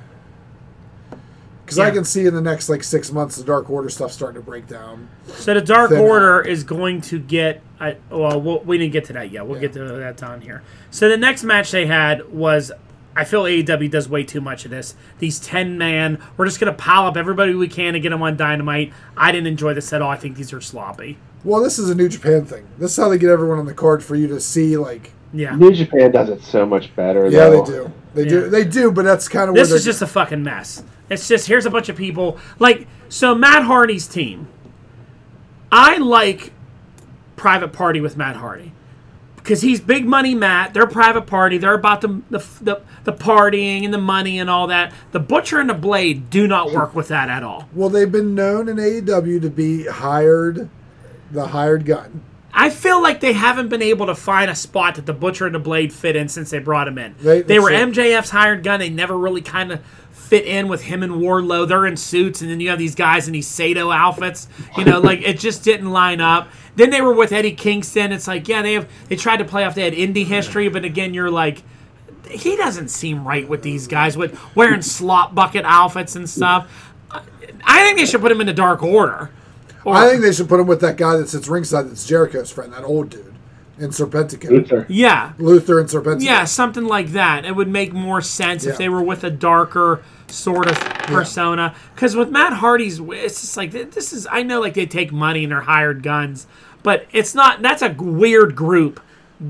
Because I Yeah. can see in the next like six months the Dark Order stuff starting to break down. So the Dark Then- Order is going to get. I, well, we'll, we didn't get to that yet. We'll get to that on here. So the next match they had was. I feel AEW does way too much of this. These 10 man, we're just going to pile up everybody we can to get them on Dynamite. I didn't enjoy this at all. I think these are sloppy. Well, this is a New Japan thing. This is how they get everyone on the card for you to see. Like, Yeah. New Japan does it so much better. yeah, though. they do, they do, Yeah. they do. But that's kind of This where is just a fucking mess. It's just here's a bunch of people like so Matt Hardy's team. I like private party with Matt Hardy because he's big money Matt. They're private party. They're about the, the the the partying and the money and all that. The butcher and the blade do not work with that at all. Well, they've been known in AEW to be hired, the hired gun. I feel like they haven't been able to find a spot that the Butcher and the Blade fit in since they brought him in. Right, they that's were it. MJF's hired gun. They never really kind of fit in with him and Warlow. They're in suits, and then you have these guys in these Sato outfits. You know, like it just didn't line up. Then they were with Eddie Kingston. It's like, yeah, they have they tried to play off they had indie history, but again, you're like. He doesn't seem right with these guys with wearing slop bucket outfits and stuff. I- I think they should put him in the Dark Order. Or, I think they should put him with that guy that sits ringside that's Jericho's friend, that old dude, in Serpentico. Luther. yeah, Luther and Serpentico. Yeah, something like that. It would make more sense if Yeah. they were with a darker sort of persona. Because with Matt Hardy's, it's just like th- this is. I know, like they take money and they're hired guns, but it's not. That's a g- weird group.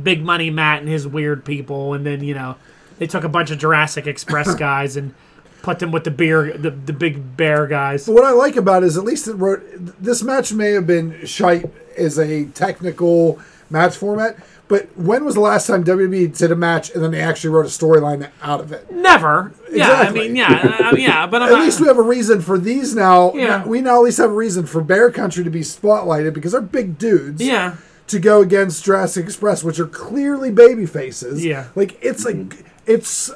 Big Money Matt and his weird people, and then you know they took a bunch of Jurassic Express guys and put them with the beer, the, the big bear guys. What I like about it is at least it wrote this match may have been shite as a technical match format, but when was the last time WWE did a match and then they actually wrote a storyline out of it? Never. Yeah, Exactly. I mean, yeah, I- I- yeah, but I'm At not- least we have a reason for these now. Yeah. We now at least have a reason for Bear Country to be spotlighted because they're big dudes. yeah. to go against Jurassic Express, which are clearly baby faces. Yeah. Like, it's like, it's, uh,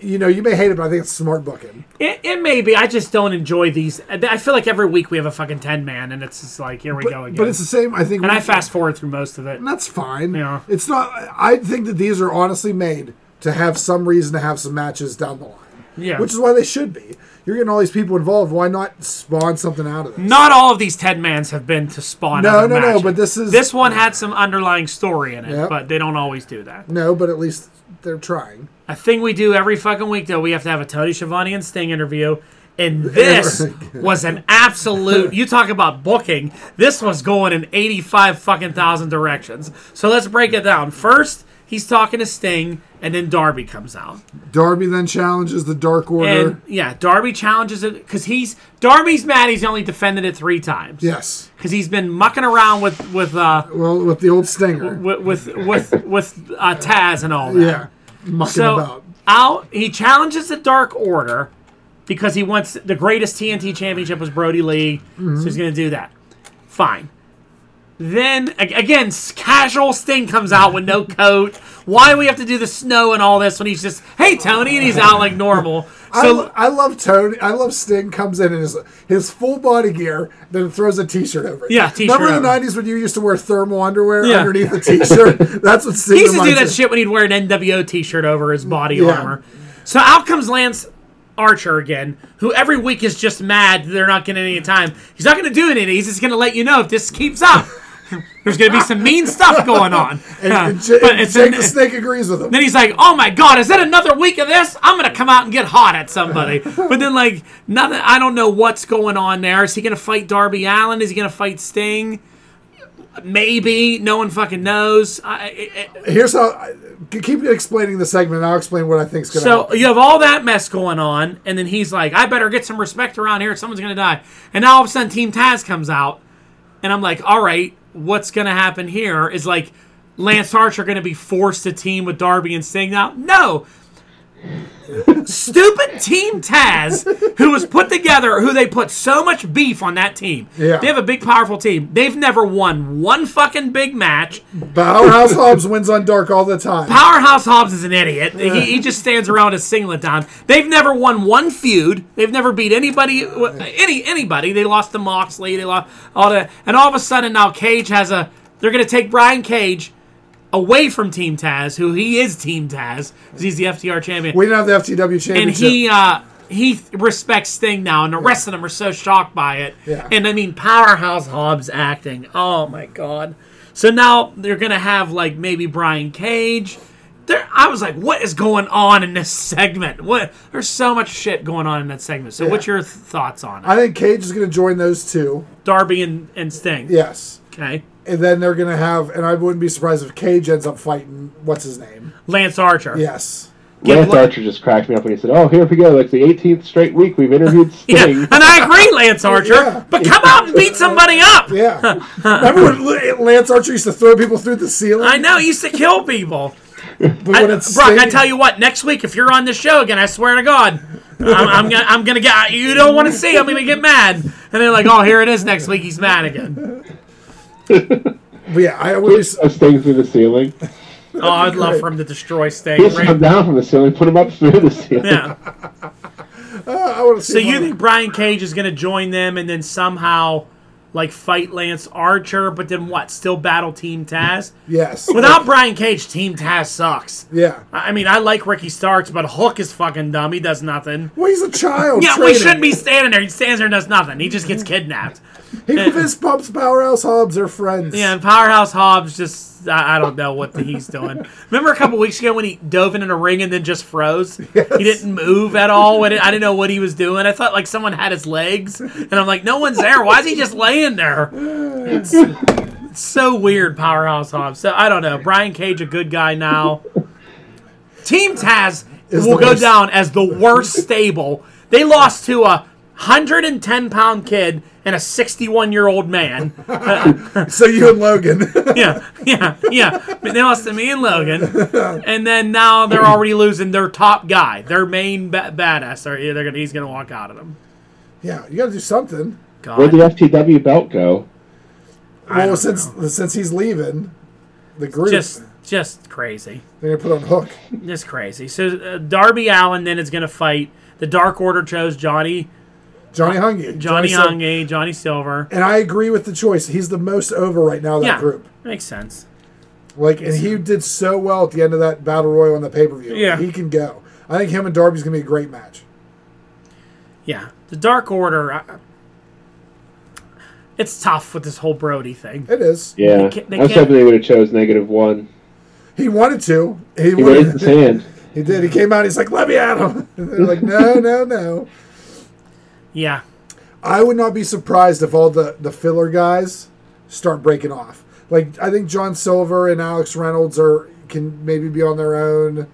you know, you may hate it, but I think it's smart booking. It, it may be. I just don't enjoy these. I I feel like every week we have a fucking 10 man, and it's just like, here we But, go again. but it's the same, I think. and we- I fast forward through most of it. and That's fine. Yeah. It's not, I think that these are honestly made to have some reason to have some matches down the line. Yeah. Which is why they should be. You're getting all these people involved. Why not spawn something out of this? Not all of these 10 mans have been to spawn. No, other no, no, matches. but this is- This one had some underlying story in it, Yep. but they don't always do that. No, but at least they're trying. A thing we do every fucking week, though, we have to have a Tony Schiavone and Sting interview. And this was an absolute. You talk about booking. This was going in eighty-five fucking thousand directions. So let's break it down. First, he's talking to Sting, and then Darby comes out. Darby then challenges the Dark Order. And yeah, Darby challenges it because he's Darby's mad. He's only defended it three times. yes. because he's been mucking around with with uh Well, with the old Stinger. with with with, with uh, Taz and all that. Yeah. Mucking So about. out he challenges the Dark Order because he wants the greatest TNT championship was Brody Lee, so Mm-hmm. he's going to do that. Fine. Then a- again, s- casual Sting comes out with no coat. Why do we have to do the snow and all this when he's just hey Tony and he's out like normal? I, So lo- I love Tony. I love Sting comes in in his his full body gear, then throws a T-shirt over it. Yeah, t-shirt Remember in the over. '90s when you used to wear thermal underwear Yeah. underneath the T-shirt? That's what Sting He used to do reminds that me. shit when he'd wear an NWO t-shirt over his body Yeah. armor. So out comes Lance Archer again, who every week is just mad that they're not getting any time. He's not going to do anything. He's just going to let you know if this keeps up. There's going to be some mean stuff going on. And, Yeah. and J- But and it's Jake an- the Snake agrees with him. then he's like, "Oh my God, is that another week of this? I'm gonna come out and get hot at somebody." But then like nothing. I don't know what's going on there. Is he gonna fight Darby Allen? Is he gonna fight Sting? Maybe. No one fucking knows. I, I, Here's how. I- Keep explaining the segment. and I'll explain what I think's going to So happen. you have all that mess going on, and then he's like, "I better get some respect around here. Someone's gonna die." And now all of a sudden, Team Taz comes out, and I'm like, "All right, what's gonna happen here? Is like Lance Archer gonna be forced to team with Darby and Sting now? No." Stupid Team Taz, who was put together, who they put so much beef on that team. Yeah. They have a big, powerful team. They've never won one fucking big match. Powerhouse Hobbs wins on Dark all the time. Powerhouse Hobbs is an idiot. He, he just stands around as singlet down. They've never won one feud. They've never beat anybody, any anybody. They lost to Moxley. They lost all that, and all of a sudden now Cage has a. They're going to take Brian Cage away from Team Taz, who he is Team Taz, 'cause he's the FTR champion we didn't have the FTW championship. and he uh, he respects Sting now, and the rest of them are so shocked by it. Yeah. And I mean, powerhouse Hobbs acting. Oh my god! So now they're gonna have like maybe Brian Cage. There, I was like, what is going on in this segment? What? There's so much shit going on in that segment. So, what's your th- thoughts on it? I think Cage is going to join those two. Darby and, and Sting. Yes. Okay. And then they're going to have, and I wouldn't be surprised if Cage ends up fighting, what's his name? Lance Archer. Yes. Give Lance Lan- Archer just cracked me up when he said, "Oh, here we go! Like the 18th straight week we've interviewed Yeah, Sting." and I agree, Lance Archer. Yeah. But come out and beat somebody up. Yeah. Remember when L- Lance Archer used to throw people through the ceiling? I know he used to kill people. but I, Brock, I tell you what, next week if you're on this show again, I swear to God, I'm, I'm gonna, I'm gonna get. You don't want to see. I'm gonna get mad. And they're like, oh, here it is next week. He's mad again. But yeah, I always. Uh, Sting through the ceiling. Oh, I'd love for him to destroy Sting. He's come Right? down from the ceiling, put him up through the ceiling. Yeah. I want to see. So you one- think Brian Cage is gonna join them and then somehow, like, fight Lance Archer, but then what? Still battle Team Taz? Yes. Without Brian Cage, Team Taz sucks. Yeah. I I mean, I like Ricky Starks, but Hook is fucking dumb. He does nothing. Well, he's a child. Yeah, we training. shouldn't be standing there. He stands there and does nothing. He just gets kidnapped. He fist bumps Powerhouse Hobbs. They're friends. Yeah, and Powerhouse Hobbs just, I, I don't know what the, he's doing. Remember a couple weeks ago when he dove in in a ring and then just froze? He didn't move at all. When it, I didn't know what he was doing. I thought like someone had his legs. And I'm like, no one's there. Why is he just laying there? It's, it's so weird, Powerhouse Hobbs. So I don't know. Brian Cage, a good guy now. Team Taz Is will the go worst. down as the worst stable. They lost to a 110 pound kid and a 61 year old man. So you and Logan. yeah, yeah, yeah. But they lost to me and Logan, and then now they're already losing their top guy, their main ba- badass. Or yeah, they're gonna, he's gonna walk out of them. yeah, you got to do something. God. Where'd the FTW belt go? I Well, don't since since he's leaving the group, just, just crazy, they're gonna put on Hook. just crazy. So uh, Darby Allen then is gonna fight. The Dark Order chose Johnny, Johnny Hungy. Uh, Johnny Sil- Hungay, Johnny Silver. And I agree with the choice. He's the most over right now. That Yeah, group. makes sense. Like, and he did so well at the end of that battle royal on the pay per view. Yeah. he can go. I think him and Darby's gonna be a great match. Yeah, the Dark Order. I, it's tough with this whole Brody thing. It is. Yeah, They can't- they I was can't- hoping they would have chose negative one. He wanted to. He, He raised his wanted. hand. He did. He came out. He's like, "Let me at him." And they're like, "No, no, no." Yeah, I would not be surprised if all the the filler guys start breaking off. Like, I think John Silver and Alex Reynolds are can maybe be on their own.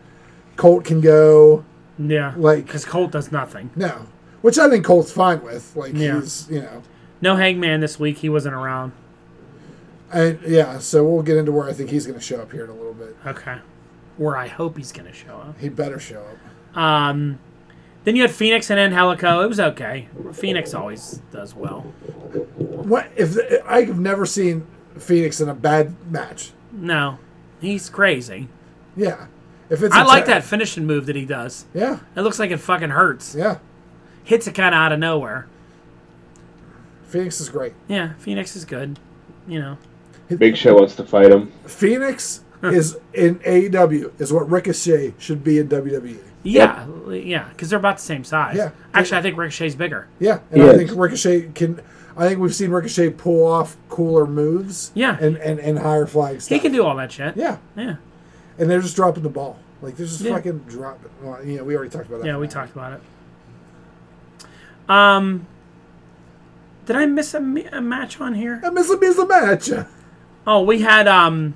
Colt can go. yeah. Like- because Colt does nothing. No, which I think Colt's fine with. Like, Yeah. he's you know, No Hangman this week. He wasn't around. and yeah. So we'll get into where I think he's going to show up here in a little bit. Okay. Where I hope he's going to show up. He better show up. Um, then you had Phoenix and Angelico. It was okay. Phoenix always does well. What if I've never seen Phoenix in a bad match? No, he's crazy. Yeah, if it's I a like ta- that finishing move that he does. Yeah, It looks like it fucking hurts. yeah. Hits it kind of out of nowhere. Phoenix is great. Yeah, Phoenix is good. You know. Big Show wants to fight him. Phoenix is in AEW is what Ricochet should be in E. WWE. Yeah, yeah, because they're about the same size. Yeah. Actually, I think Ricochet's bigger. Yeah, and He I is. think Ricochet can. I think we've seen Ricochet pull off cooler moves. Yeah. and and, and higher flying stuff. He can do all that shit. Yeah, Yeah. and they're just dropping the ball. Like they're just Yeah. fucking dropping. Well, you know, we already talked about that. Yeah, we talked. talked about it. Um, did I miss a, mi- a match on here? I miss a miss a match. Oh, we had um,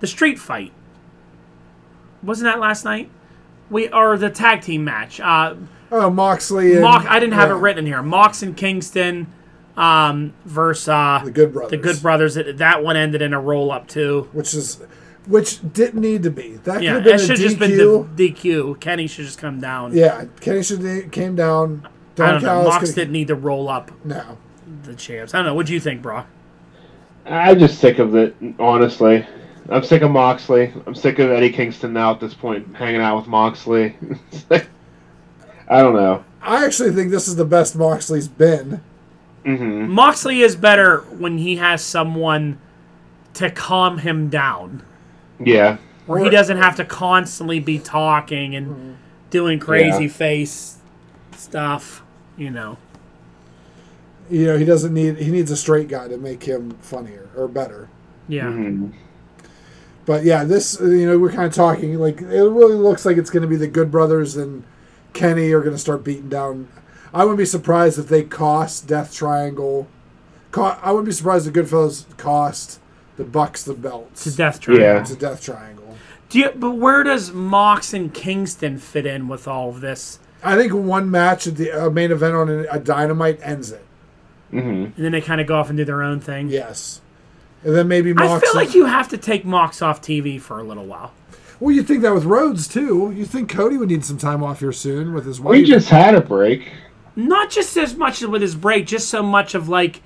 the street fight. Wasn't that last night? We or the tag team match. Uh, Oh, Moxley. And, Mox. I didn't have yeah, it written in here. Mox and Kingston, um, versus uh, The Good Brothers. the Good Brothers. That that one ended in a roll up too. which is, which didn't need to be. That Yeah, could have been it a should DQ. just been the DQ. Kenny should just come down. yeah, Kenny should came down. Don I don't know. Callis Mox could- didn't need to roll up No. the champs. I don't know. What do you think, Brock? I'm just sick of it, honestly. I'm sick of Moxley. I'm sick of Eddie Kingston now at this point, hanging out with Moxley. It's like- I don't know. I actually think this is the best Moxley's been. Mm-hmm. Moxley is better when he has someone to calm him down, Yeah. where he doesn't have to constantly be talking and doing crazy Yeah. face stuff. You know, You know, he doesn't need. He needs a straight guy to make him funnier or better. yeah, Mm-hmm. But yeah, this you know we're kind of talking like it really looks like it's going to be the Good Brothers and Kenny are going to start beating down. I wouldn't be surprised if they cost Death Triangle. Co- I wouldn't be surprised if Goodfellas cost the Bucks the belts. It's a death triangle. Yeah. It's a death triangle. Do you, but where does Mox and Kingston fit in with all of this? I think one match at the uh, main event on a Dynamite ends it. And then they kind of go off and do their own thing. Yes. And then maybe Mox. I feel like you have to take Mox off TV for a little while. Well, you think that with Rhodes too. You think Cody would need some time off here soon with his wife. We just had a break. Not just as much with his break, just so much of like.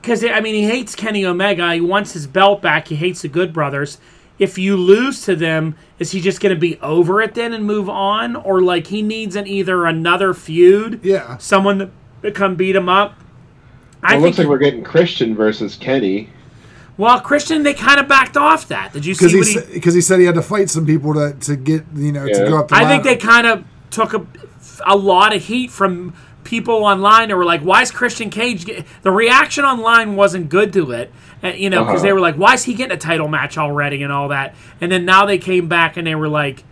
Because, I mean, he hates Kenny Omega. He wants his belt back. He hates the Good Brothers. If you lose to them, is he just going to be over it then and move on? Or, like, he needs an either another feud, yeah. someone to come beat him up? I It think looks like we're getting Christian versus Kenny. Well, Christian, they kind of backed off that. Did you see Because he what he? because he said he had to fight some people to, to get you know to Yeah. go up. The I think they ladder. kind of took a, a lot of heat from people online that were like, "Why is Christian Cage?" Get-? The reaction online wasn't good to it, and, you know, because they Uh-huh. were like, "Why is he getting a title match already?" and all that. And then now they came back and they were like.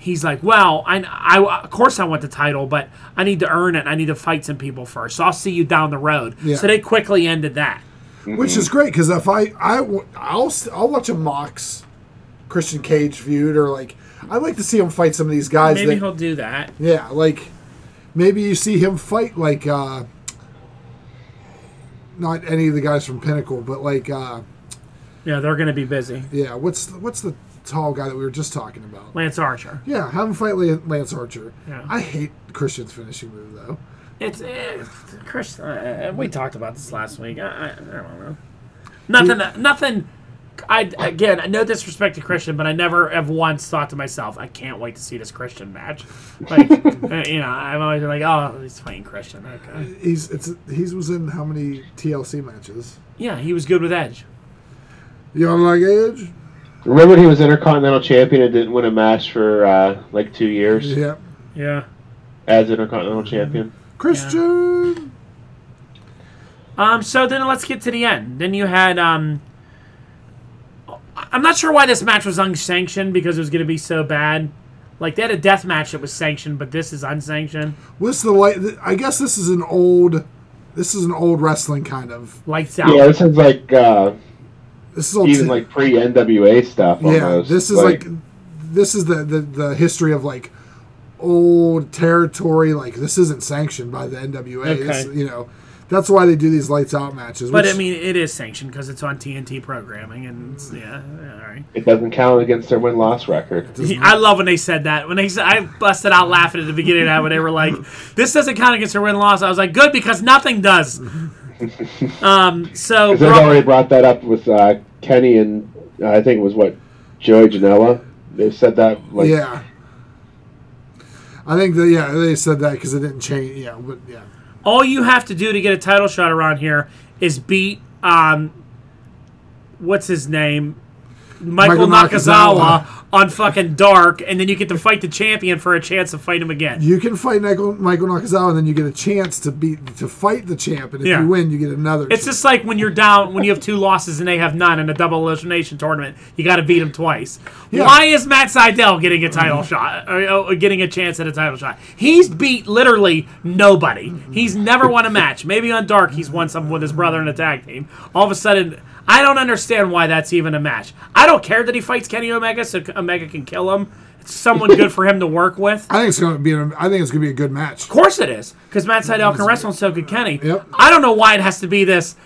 He's like, well, I, I, of course I want the title, but I need to earn it. I need to fight some people first. So I'll see you down the road. Yeah. So they quickly ended that. which is great because if I I will I'll watch a Mox Christian Cage feud or like I'd like to see him fight some of these guys. Maybe that, he'll do that. Yeah, like maybe you see him fight like uh not any of the guys from Pinnacle, but like uh Yeah, they're going to be busy. yeah, what's the, what's the tall guy that we were just talking about? Lance Archer. Yeah, have him fight Lan- Lance Archer. Yeah. I hate Christian's finishing move though. It's uh, Chris. Uh, we talked about this last week. I, I, I don't know. Nothing. nothing. I again, no disrespect to Christian, but I never have once thought to myself, I can't wait to see this Christian match. Like, uh, you know, I'm always like, oh, he's fighting Christian. uh, Okay. He's it's he's was in how many TLC matches? Yeah, he was good with Edge. You don't like Edge? Remember, he was Intercontinental Champion and didn't win a match for uh, like two years Yeah. Yeah. as Intercontinental Champion. Christian Um. So then let's get to the end. Then you had um. I'm not sure why this match was unsanctioned because it was going to be so bad. Like they had a death match that was sanctioned, but this is unsanctioned. What's the light I guess this is an old this is an old wrestling kind of. Lights out. Yeah, this is like uh, This is old even t- like pre NWA stuff. Almost. Yeah, this is like, this is the, the the history of like old territory. Like this isn't sanctioned by the NWA. This, Okay. you know, that's why they do these lights out matches. But which- I mean, it is sanctioned because it's on TNT programming, and it's, yeah, all right. it doesn't count against their win loss record. I love when they said that. When they, said, I busted out laughing at the beginning of that when they were like, "This doesn't count against her win loss." I was like, "Good," because nothing does. Um. So Because Bro- I've already brought that up with uh, Kenny and uh, I think it was what Joey Janela. They said that like yeah. I think that yeah they said that because it didn't change. Yeah, but yeah, all you have to do to get a title shot around here is beat um, what's his name, Michael, Michael Nakazawa, Nakazawa. on fucking Dark, and then you get to fight the champion for a chance to fight him again. you can fight Michael, Michael Nakazawa, and then you get a chance to beat to fight the champ, and if Yeah. you win, you get another. It's just like when you're down, when you have two losses and they have none in a double elimination tournament, you got to beat them twice. Yeah. Why is Matt Seidel getting a title shot or, or getting a chance at a title shot? He's beat literally nobody. He's never won a match. Maybe on Dark he's won something with his brother in a tag team. All of a sudden, I don't understand why that's even a match. I don't care that he fights Kenny Omega, so Omega can kill him. It's someone good for him to work with. I think it's gonna be an, I think it's gonna be a good match. Of course it is, because Matt Seidel can wrestle and so could Kenny. Yep. I don't know why it has to be this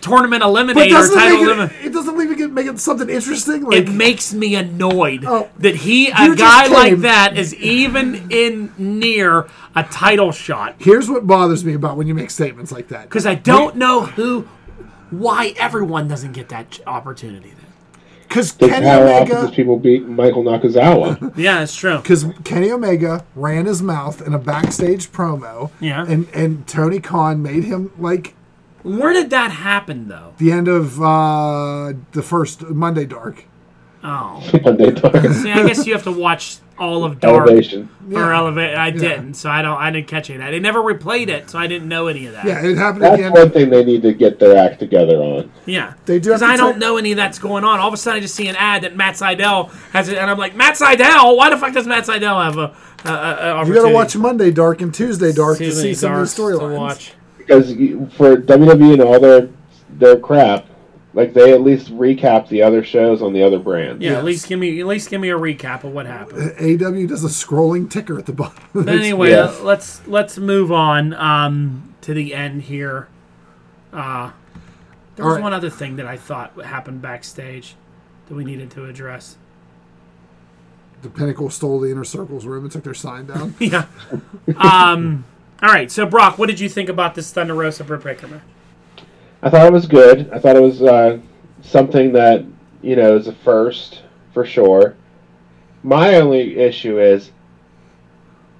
tournament But eliminator doesn't it title. make It, it, it doesn't leave it make it something interesting. Like it makes me annoyed Oh. that he, You a just guy like came. that, is even in near a title shot. here's what bothers me about when you make statements like that. Because I don't know who, why everyone doesn't get that ch- opportunity. Then. Because that's Kenny how often Omega, these people beat Michael Nakazawa. Yeah, that's true. because Kenny Omega ran his mouth in a backstage promo. Yeah. and and Tony Khan made him like Where did that happen though? the end of uh, the first Monday Dark. Oh, when they took see, I guess you have to watch all of Dark. elevation. Or Yeah. elevate. I didn't, so I don't. I didn't catch any of that. They never replayed it, so I didn't know any of that. Yeah, it happened at the That's end. one thing they need to get their act together on. Yeah, They do have Because to I don't take- know any of that's going on. All of a sudden, I just see an ad that Matt Seidel has it, and I'm like, Matt Seidel? Why the fuck does Matt Seidel have a, a, a, a you gotta watch Monday Dark and Tuesday Dark to see some of the storylines. E Because you- for WWE and all their their crap, like they at least recap the other shows on the other brand. Yeah, Yes. at least give me at least give me a recap of what happened. AW does a scrolling ticker at the bottom. of But this. anyway, uh, Yeah. let's let's move on um, to the end here. Uh, there was Alright. one other thing that I thought happened backstage that we needed to address. the Pinnacle stole the Inner Circle's room and took their sign down. Yeah. um. All right. So Brock, what did you think about this Thunder Rosa Britt Baker match? I thought it was good. I thought it was uh, something that you know is a first for sure. My only issue is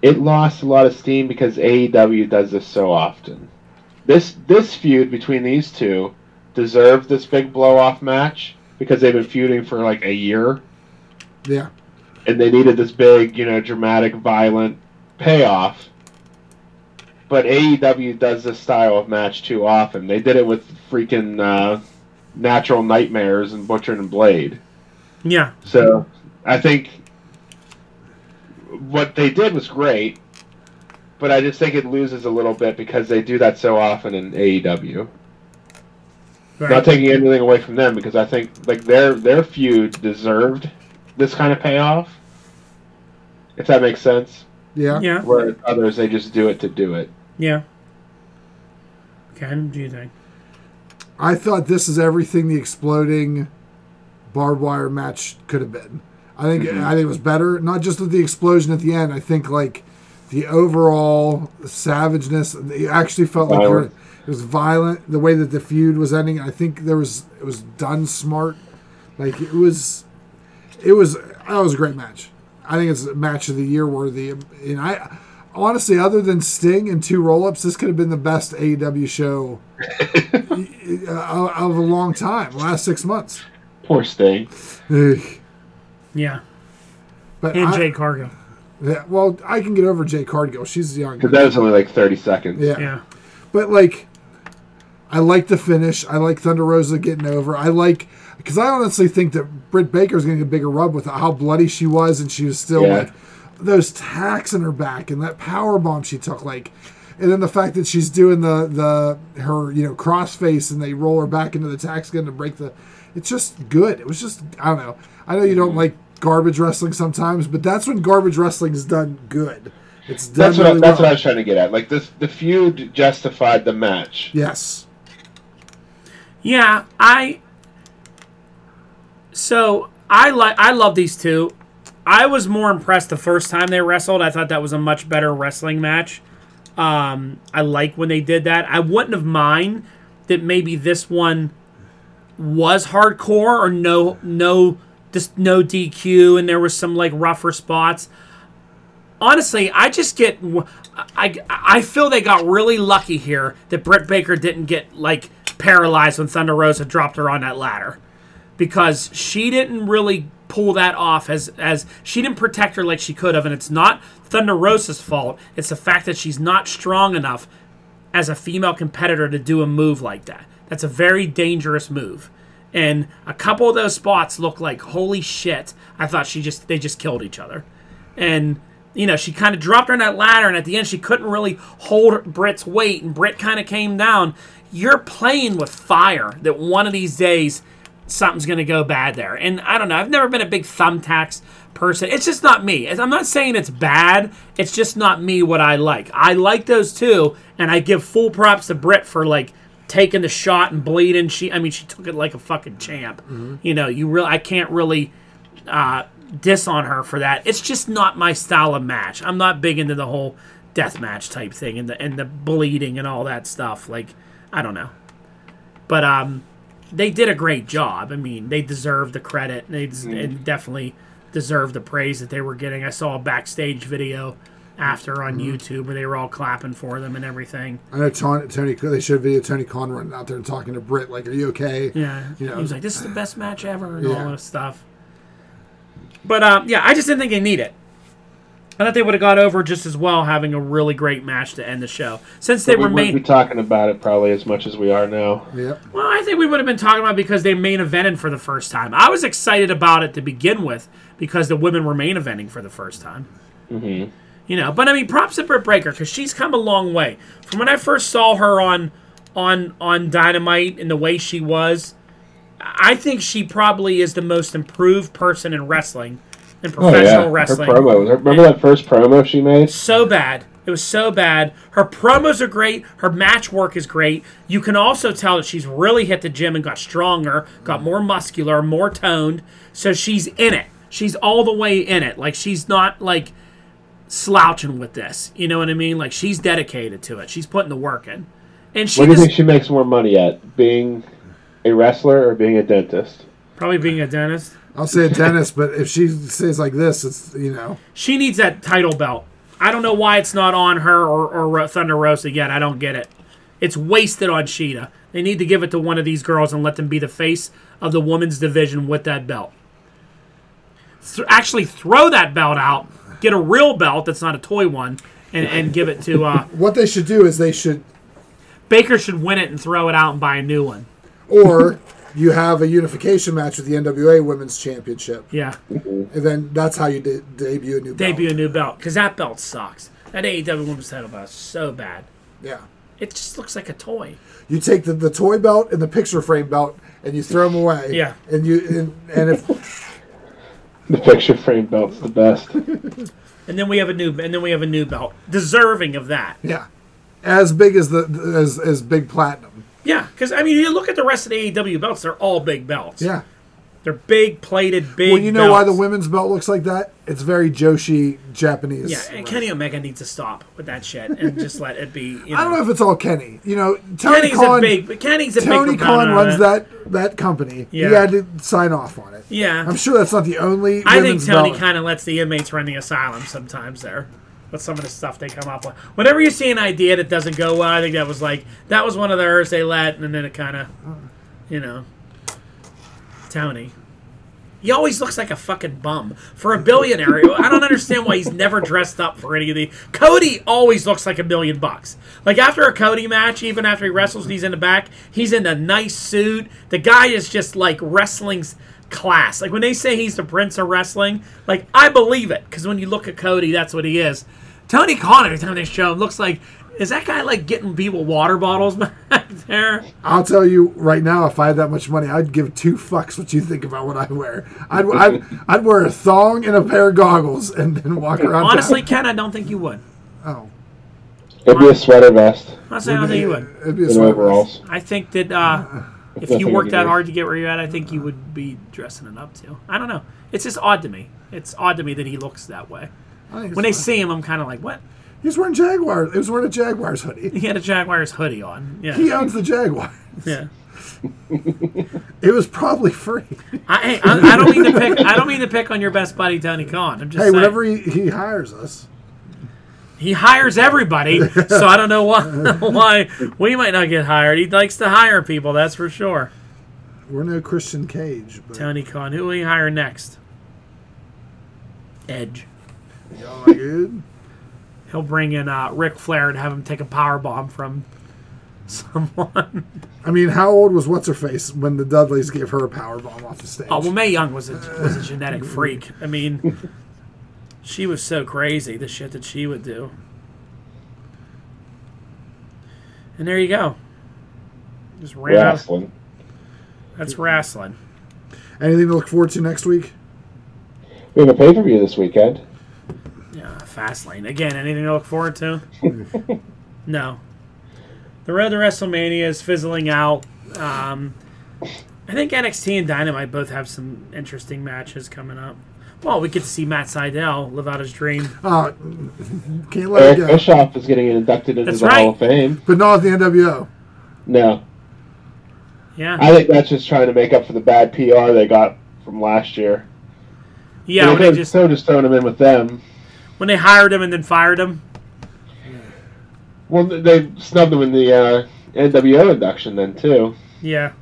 it lost a lot of steam because AEW does this so often. This this feud between these two deserved this big blow off match because they've been feuding for like a year yeah, and they needed this big, you know, dramatic, violent payoff. But AEW does this style of match too often. They did it with freaking uh, Natural Nightmares and Butcher and Blade. Yeah. So I think what they did was great, but I just think it loses a little bit because they do that so often in E AEW. Right. Not taking anything away from them because I think like their their feud deserved this kind of payoff. If that makes sense. yeah, yeah. Whereas others they just do it to do it. Yeah. Ken, what do you think? I thought this is everything the exploding barbed wire match could have been. I think I think it was better, not just with the explosion at the end. I think like the overall savageness. It actually felt like Violence. you're- it was violent. The way that the feud was ending. I think there was it was done smart. Like it was, it was that was a great match. I think it's a match of the year worthy. And I honestly, other than Sting and two roll ups, this could have been the best AEW show uh, of a long time, last six months. Poor Sting. Ugh. Yeah. But And I- Jay Cargo. yeah, well, I can get over Jay Cardgill. She's young. Because that was only like thirty seconds. Yeah. Yeah. but like, I like the finish. I like Thunder Rosa getting over. I like because I honestly think that Britt Baker's going to get a bigger rub with how bloody she was, and she was still Yeah. like those tacks in her back and that power bomb she took. Like, and then the fact that she's doing the the her you know crossface and they roll her back into the tax gun to break the. It's just good. It was just I don't know. I know you don't Mm-hmm. like garbage wrestling sometimes, but that's when garbage wrestling is done good. It's done That's what I, really that's well. what I was trying to get at. Like this the feud justified the match. yes. Yeah. I. So I like I love these two. I was more impressed the first time they wrestled. I thought that was a much better wrestling match. Um, I like when they did that. I wouldn't have mind that maybe this one was hardcore or no no just no DQ and there was some like rougher spots. Honestly, I just get I I feel they got really lucky here that Britt Baker didn't get like paralyzed when Thunder Rosa dropped her on that ladder because she didn't really pull that off as as she didn't protect her like she could have and it's not Thunder Rosa's fault. It's the fact that she's not strong enough as a female competitor to do a move like that. That's a very dangerous move. And a couple of those spots look like holy shit. I thought she just they just killed each other. And you know, she kind of dropped her on that ladder and at the end she couldn't really hold Britt's weight and Britt kind of came down. You're playing with fire that one of these days something's going to go bad there. And I don't know. I've never been a big thumbtacks person. It's just not me. It's- I'm not saying it's bad. It's just not me what I like. I like those two, and I give full props to Britt for like taking the shot and bleeding. She, I mean, she took it like a fucking champ. You know, you really, I can't really uh, diss on her for that. It's just not my style of match. I'm not big into the whole death match type thing and the and the bleeding and all that stuff. Like, I don't know, but um they did a great job. I mean, they deserve the credit. They, des- Mm-hmm. they definitely deserve the praise that they were getting. I saw a backstage video after on Mm-hmm. YouTube where they were all clapping for them and everything. I know Tony. Tony they showed a video of Tony Khan running out there and talking to Britt, like, "Are you okay?" Yeah. You know. He was like, this is the best match ever and all Yeah. this stuff. But um, yeah, I just didn't think they need it. I thought they would have got over just as well having a really great match to end the show. Since they we were wouldn't main be talking about it probably as much as we are now. Yep. Well, I think we would have been talking about it because they main evented for the first time. I was excited about it to begin with because the women were main eventing for the first time. Mm-hmm. You know, but I mean, props to Britt Breaker because she's come a long way from when I first saw her on on on Dynamite and the way she was I think she probably is the most improved person in wrestling, in Oh professional yeah, wrestling. her promo. Her, remember that first promo she made? so bad. It was so bad. Her promos are great. Her match work is great. You can also tell that she's really hit the gym and got stronger, got more muscular, more toned. So she's in it. She's all the way in it. Like she's not like slouching with this. You know what I mean? Like she's dedicated to it. She's putting the work in. And she What do you just think she makes more money at, being a wrestler or being a dentist? probably being a dentist. I'll say a tennis, but if she says like this, it's you know. She needs that title belt. I don't know why it's not on her or, or Ro- Thunder Rosa yet. I don't get it. It's wasted on Sheeta. They need to give it to one of these girls and let them be the face of the women's division with that belt. Th- actually, throw that belt out. Get a real belt that's not a toy one, and, and give it to uh, What they should do is they should, Baker. Should win it and throw it out and buy a new one. or you have a unification match with the NWA Women's Championship, Yeah, and then that's how you de- debut a new belt. debut a new belt because that belt sucks. That AEW Women's Title belt is so bad. Yeah, It just looks like a toy. you take the, the toy belt and the picture frame belt, and you throw them away. Yeah. and you and, and if The picture frame belt's the best. And then we have a new and then we have a new belt deserving of that. yeah, as big as the as as big platinum. Yeah, because I mean, you look at the rest of the AEW belts; they're all big belts. Yeah. they're big plated, big. Well, you know why the belts. women's belt looks like that? It's very Joshi Japanese. Yeah, and Kenny Omega needs to stop with that shit and just let it be. You know. I don't know if it's all Kenny. You know, Tony Kenny's Khan. a big. Kenny's a Tony big. Khan proponent of runs it. that that company. Yeah. He had to sign off on it. Yeah, I'm sure that's not the only. I think women's Tony belt. kind of lets the inmates run the asylum sometimes there. With some of the stuff they come up with. Whenever you see an idea that doesn't go well, I think that was like that was one of theirs they let, and then it kind of, you know, Tony. He always looks like a fucking bum for a billionaire. I don't understand why he's never dressed up for any of the. Cody always looks like a million bucks. Like after a Cody match, even after he wrestles, and he's in the back. He's in a nice suit. The guy is just like wrestling's class. Like when they say he's the prince of wrestling, like I believe it because when you look at Cody, that's what he is. Tony Khan every time they show him looks like. Is that guy like getting people water bottles back there? I'll tell you right now, if I had that much money, I'd give two fucks what you think about what I wear. I'd I'd, I'd wear a thong and a pair of goggles and then walk around. town. Honestly, Ken, I don't think you would. oh, It'd be a sweater vest Honestly, I don't think you would. it'd be a and sweater overalls. I think that uh, if Nothing you worked that against- hard to get where you're at, I think you would be dressing it up too. I don't know. It's just odd to me. It's odd to me that he looks that way. vest. I think it's When they fine. see him, I'm kind of like, what? he was wearing Jaguars. He was wearing a Jaguars hoodie. He had a Jaguars hoodie on. Yeah. He owns the Jaguar. yeah. It was probably free. I, hey, I, I don't mean to pick. I don't mean to pick on your best buddy Tony Khan. I'm just Hey, saying whenever he, he hires us, he hires everybody, so I don't know why why we might not get hired. He likes to hire people. That's for sure. we're no Christian Cage. But Tony Khan. Who will he hire next? Edge. y'all are good. He'll bring in uh, Ric Flair and have him take a power bomb from someone. I mean, how old was what's her face when the Dudleys gave her a power bomb off the stage? Oh well, Mae Young was a was a genetic freak. I mean, she was so crazy the shit that she would do. And there you go. Just ran out. Wrestling. That's wrestling. Anything to look forward to next week? We have a pay per view this weekend. Yeah, fast lane again. Anything to look forward to? no. The road to WrestleMania is fizzling out. Um, I think NXT and Dynamite both have some interesting matches coming up. Well, we get to see Matt Seidel live out his dream. Uh, can't let Eric it go. Bischoff is getting inducted into That's the right. Hall of Fame. But not at the NWO. No, Yeah, I think that's just trying to make up for the bad PR they got from last year. yeah. When they they just so just throwing him in with them. when they hired him and then fired him. Well, they snubbed him in the uh, NWO induction then too. Yeah,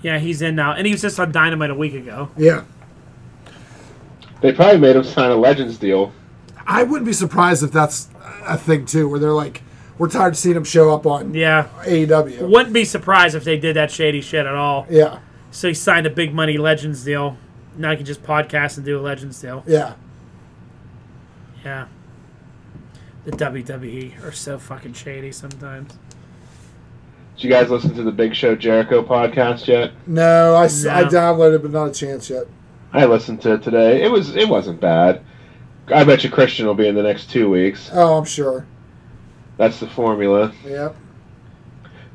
yeah. He's in now, and he was just on Dynamite a week ago. Yeah. They probably made him sign a Legends deal. I wouldn't be surprised if that's a thing too, where they're like, we're tired of seeing him show up on E Yeah, AEW. wouldn't be surprised if they did that shady shit at all. Yeah. So he signed a big money Legends deal. Now he can just podcast and do a Legends deal. Yeah. Yeah. E The WWE are so fucking shady sometimes. Did you guys listen to the Big Show Jericho podcast yet? No, I, s- I No. downloaded, but not a chance yet. I listened to it today. It was it wasn't bad. I bet you Christian will be in the next two weeks. Oh, I'm sure. That's the formula. Yep.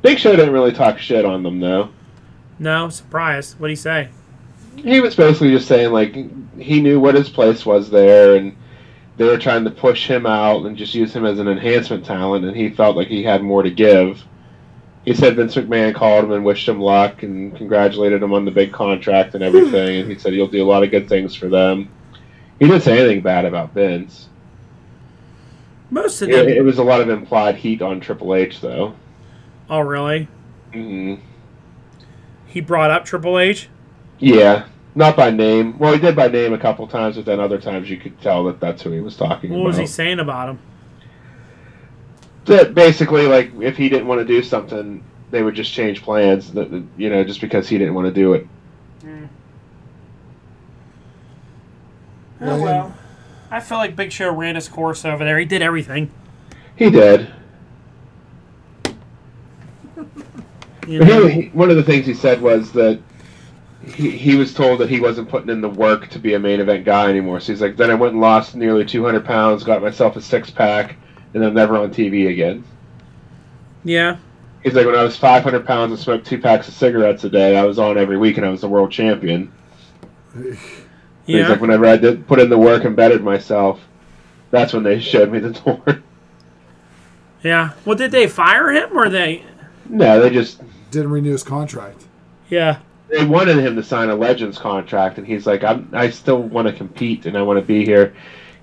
Big Show didn't really talk shit on them though. No, surprised. What'd he say? He was basically just saying like he knew what his place was there, and they were trying to push him out and just use him as an enhancement talent, and he felt like he had more to give. He said Vince McMahon called him and wished him luck and congratulated him on the big contract and everything, and he said he'll do a lot of good things for them. He didn't say anything bad about Vince. Most of Yeah, them. it was a lot of implied heat on Triple H, though. Oh, really? hmm He brought up Triple H. Yeah, not by name. Well, he did by name a couple times, but then other times you could tell that that's who he was talking What about. was he saying about him? That basically, like, if he didn't want to do something, they would just change plans. that- that, You know, just because he didn't want to do it. Oh, well. I feel like Big Show ran his course over there. He did everything. He did. You But know? he, he- one of the things he said was that he, he was told that he wasn't putting in the work to be a main event guy anymore. So he's like, then I went and lost nearly 200 pounds, got myself a six pack, and I'm never on TV again. Yeah. He's like, when I was 500 pounds and smoked two packs of cigarettes a day, I was on every week and I was the world champion. He's Yeah. like, whenever I did put in the work and bettered myself, that's when they showed me the door. Yeah. Well, did they fire him or they? no, they just Didn't renew his contract. Yeah. they wanted him to sign a Legends contract, and he's like, I'm, I still want to compete and I want to be here.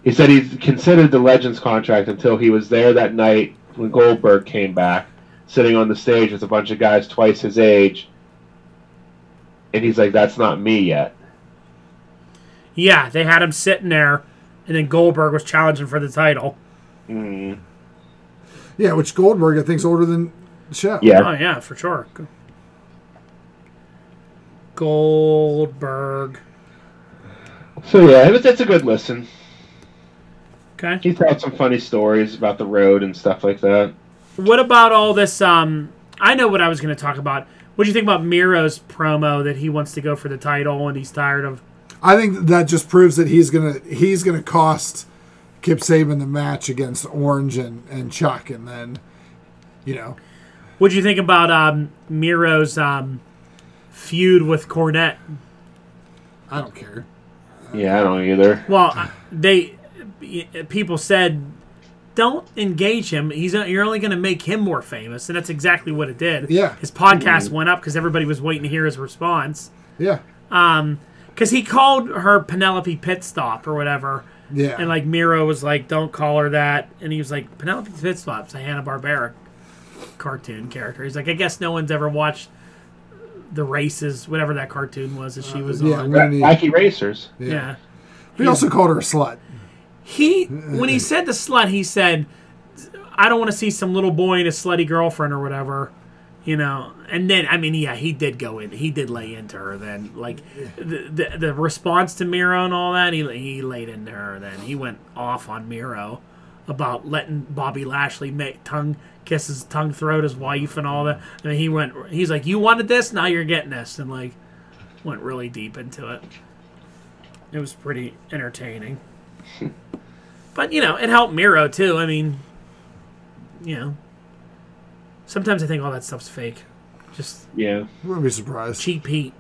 He said he considered the Legends contract until he was there that night when Goldberg came back, sitting on the stage with a bunch of guys twice his age. And he's like, that's not me yet. Yeah. They had him sitting there, and then Goldberg was challenging for the title. Yeah, which Goldberg I think's older than Show. Oh yeah, for sure. Go- Goldberg. So yeah, it was, it's a good listen. Okay. He told some funny stories about the road and stuff like that. What about all this? Um, I know what I was going to talk about. What do you think about Miro's promo that he wants to go for the title and he's tired of? I think that just proves that he's gonna he's gonna cost Kip Saban the match against Orange and, and Chuck, and then you know What do you think about um, Miro's um, feud with Cornette? I don't care. Yeah, I don't either. Well, I- they people said don't engage him. He's uh, you're only going to make him more famous, and that's exactly what it did. Yeah. his podcast went up because everybody was waiting to hear his response. Yeah, Because he called her Penelope Pitstop or whatever. yeah. And like Miro was like, "Don't call her that," and he was like, "Penelope Pitstop's a Hanna Barbera cartoon character." He's like, "I guess no one's ever watched the races, whatever that cartoon was that she was Uh, yeah, on." we don't need- Wacky racers. yeah, We also called her a slut. he when he said the slut, he said, "I don't want to see some little boy and a slutty girlfriend or whatever." You know, and then I mean, yeah, he did go in. He did lay into her. Then, like the the, the response to Miro and all that, he he laid into her. Then he went off on Miro about letting Bobby Lashley make tongue kiss his tongue throat his wife and all that. I mean, he went. He's like, "You wanted this, now you're getting this," and like went really deep into it. It was pretty entertaining. But you know, it helped Miro too. I mean, you know, sometimes I think all that stuff's fake, just Yeah. Wouldn't be surprised. cheap heat.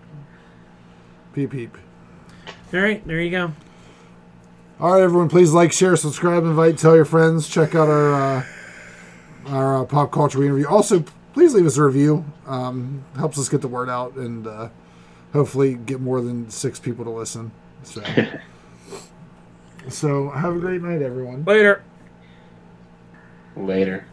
Peep peep. All right, there you go. All right, everyone, please like, share, subscribe, invite, tell your friends. Check out our uh, our uh, pop culture we interview. Also, please leave us a review. Um, helps us get the word out and uh, hopefully get more than six people to listen. So, so have a great night, everyone. Later. Later.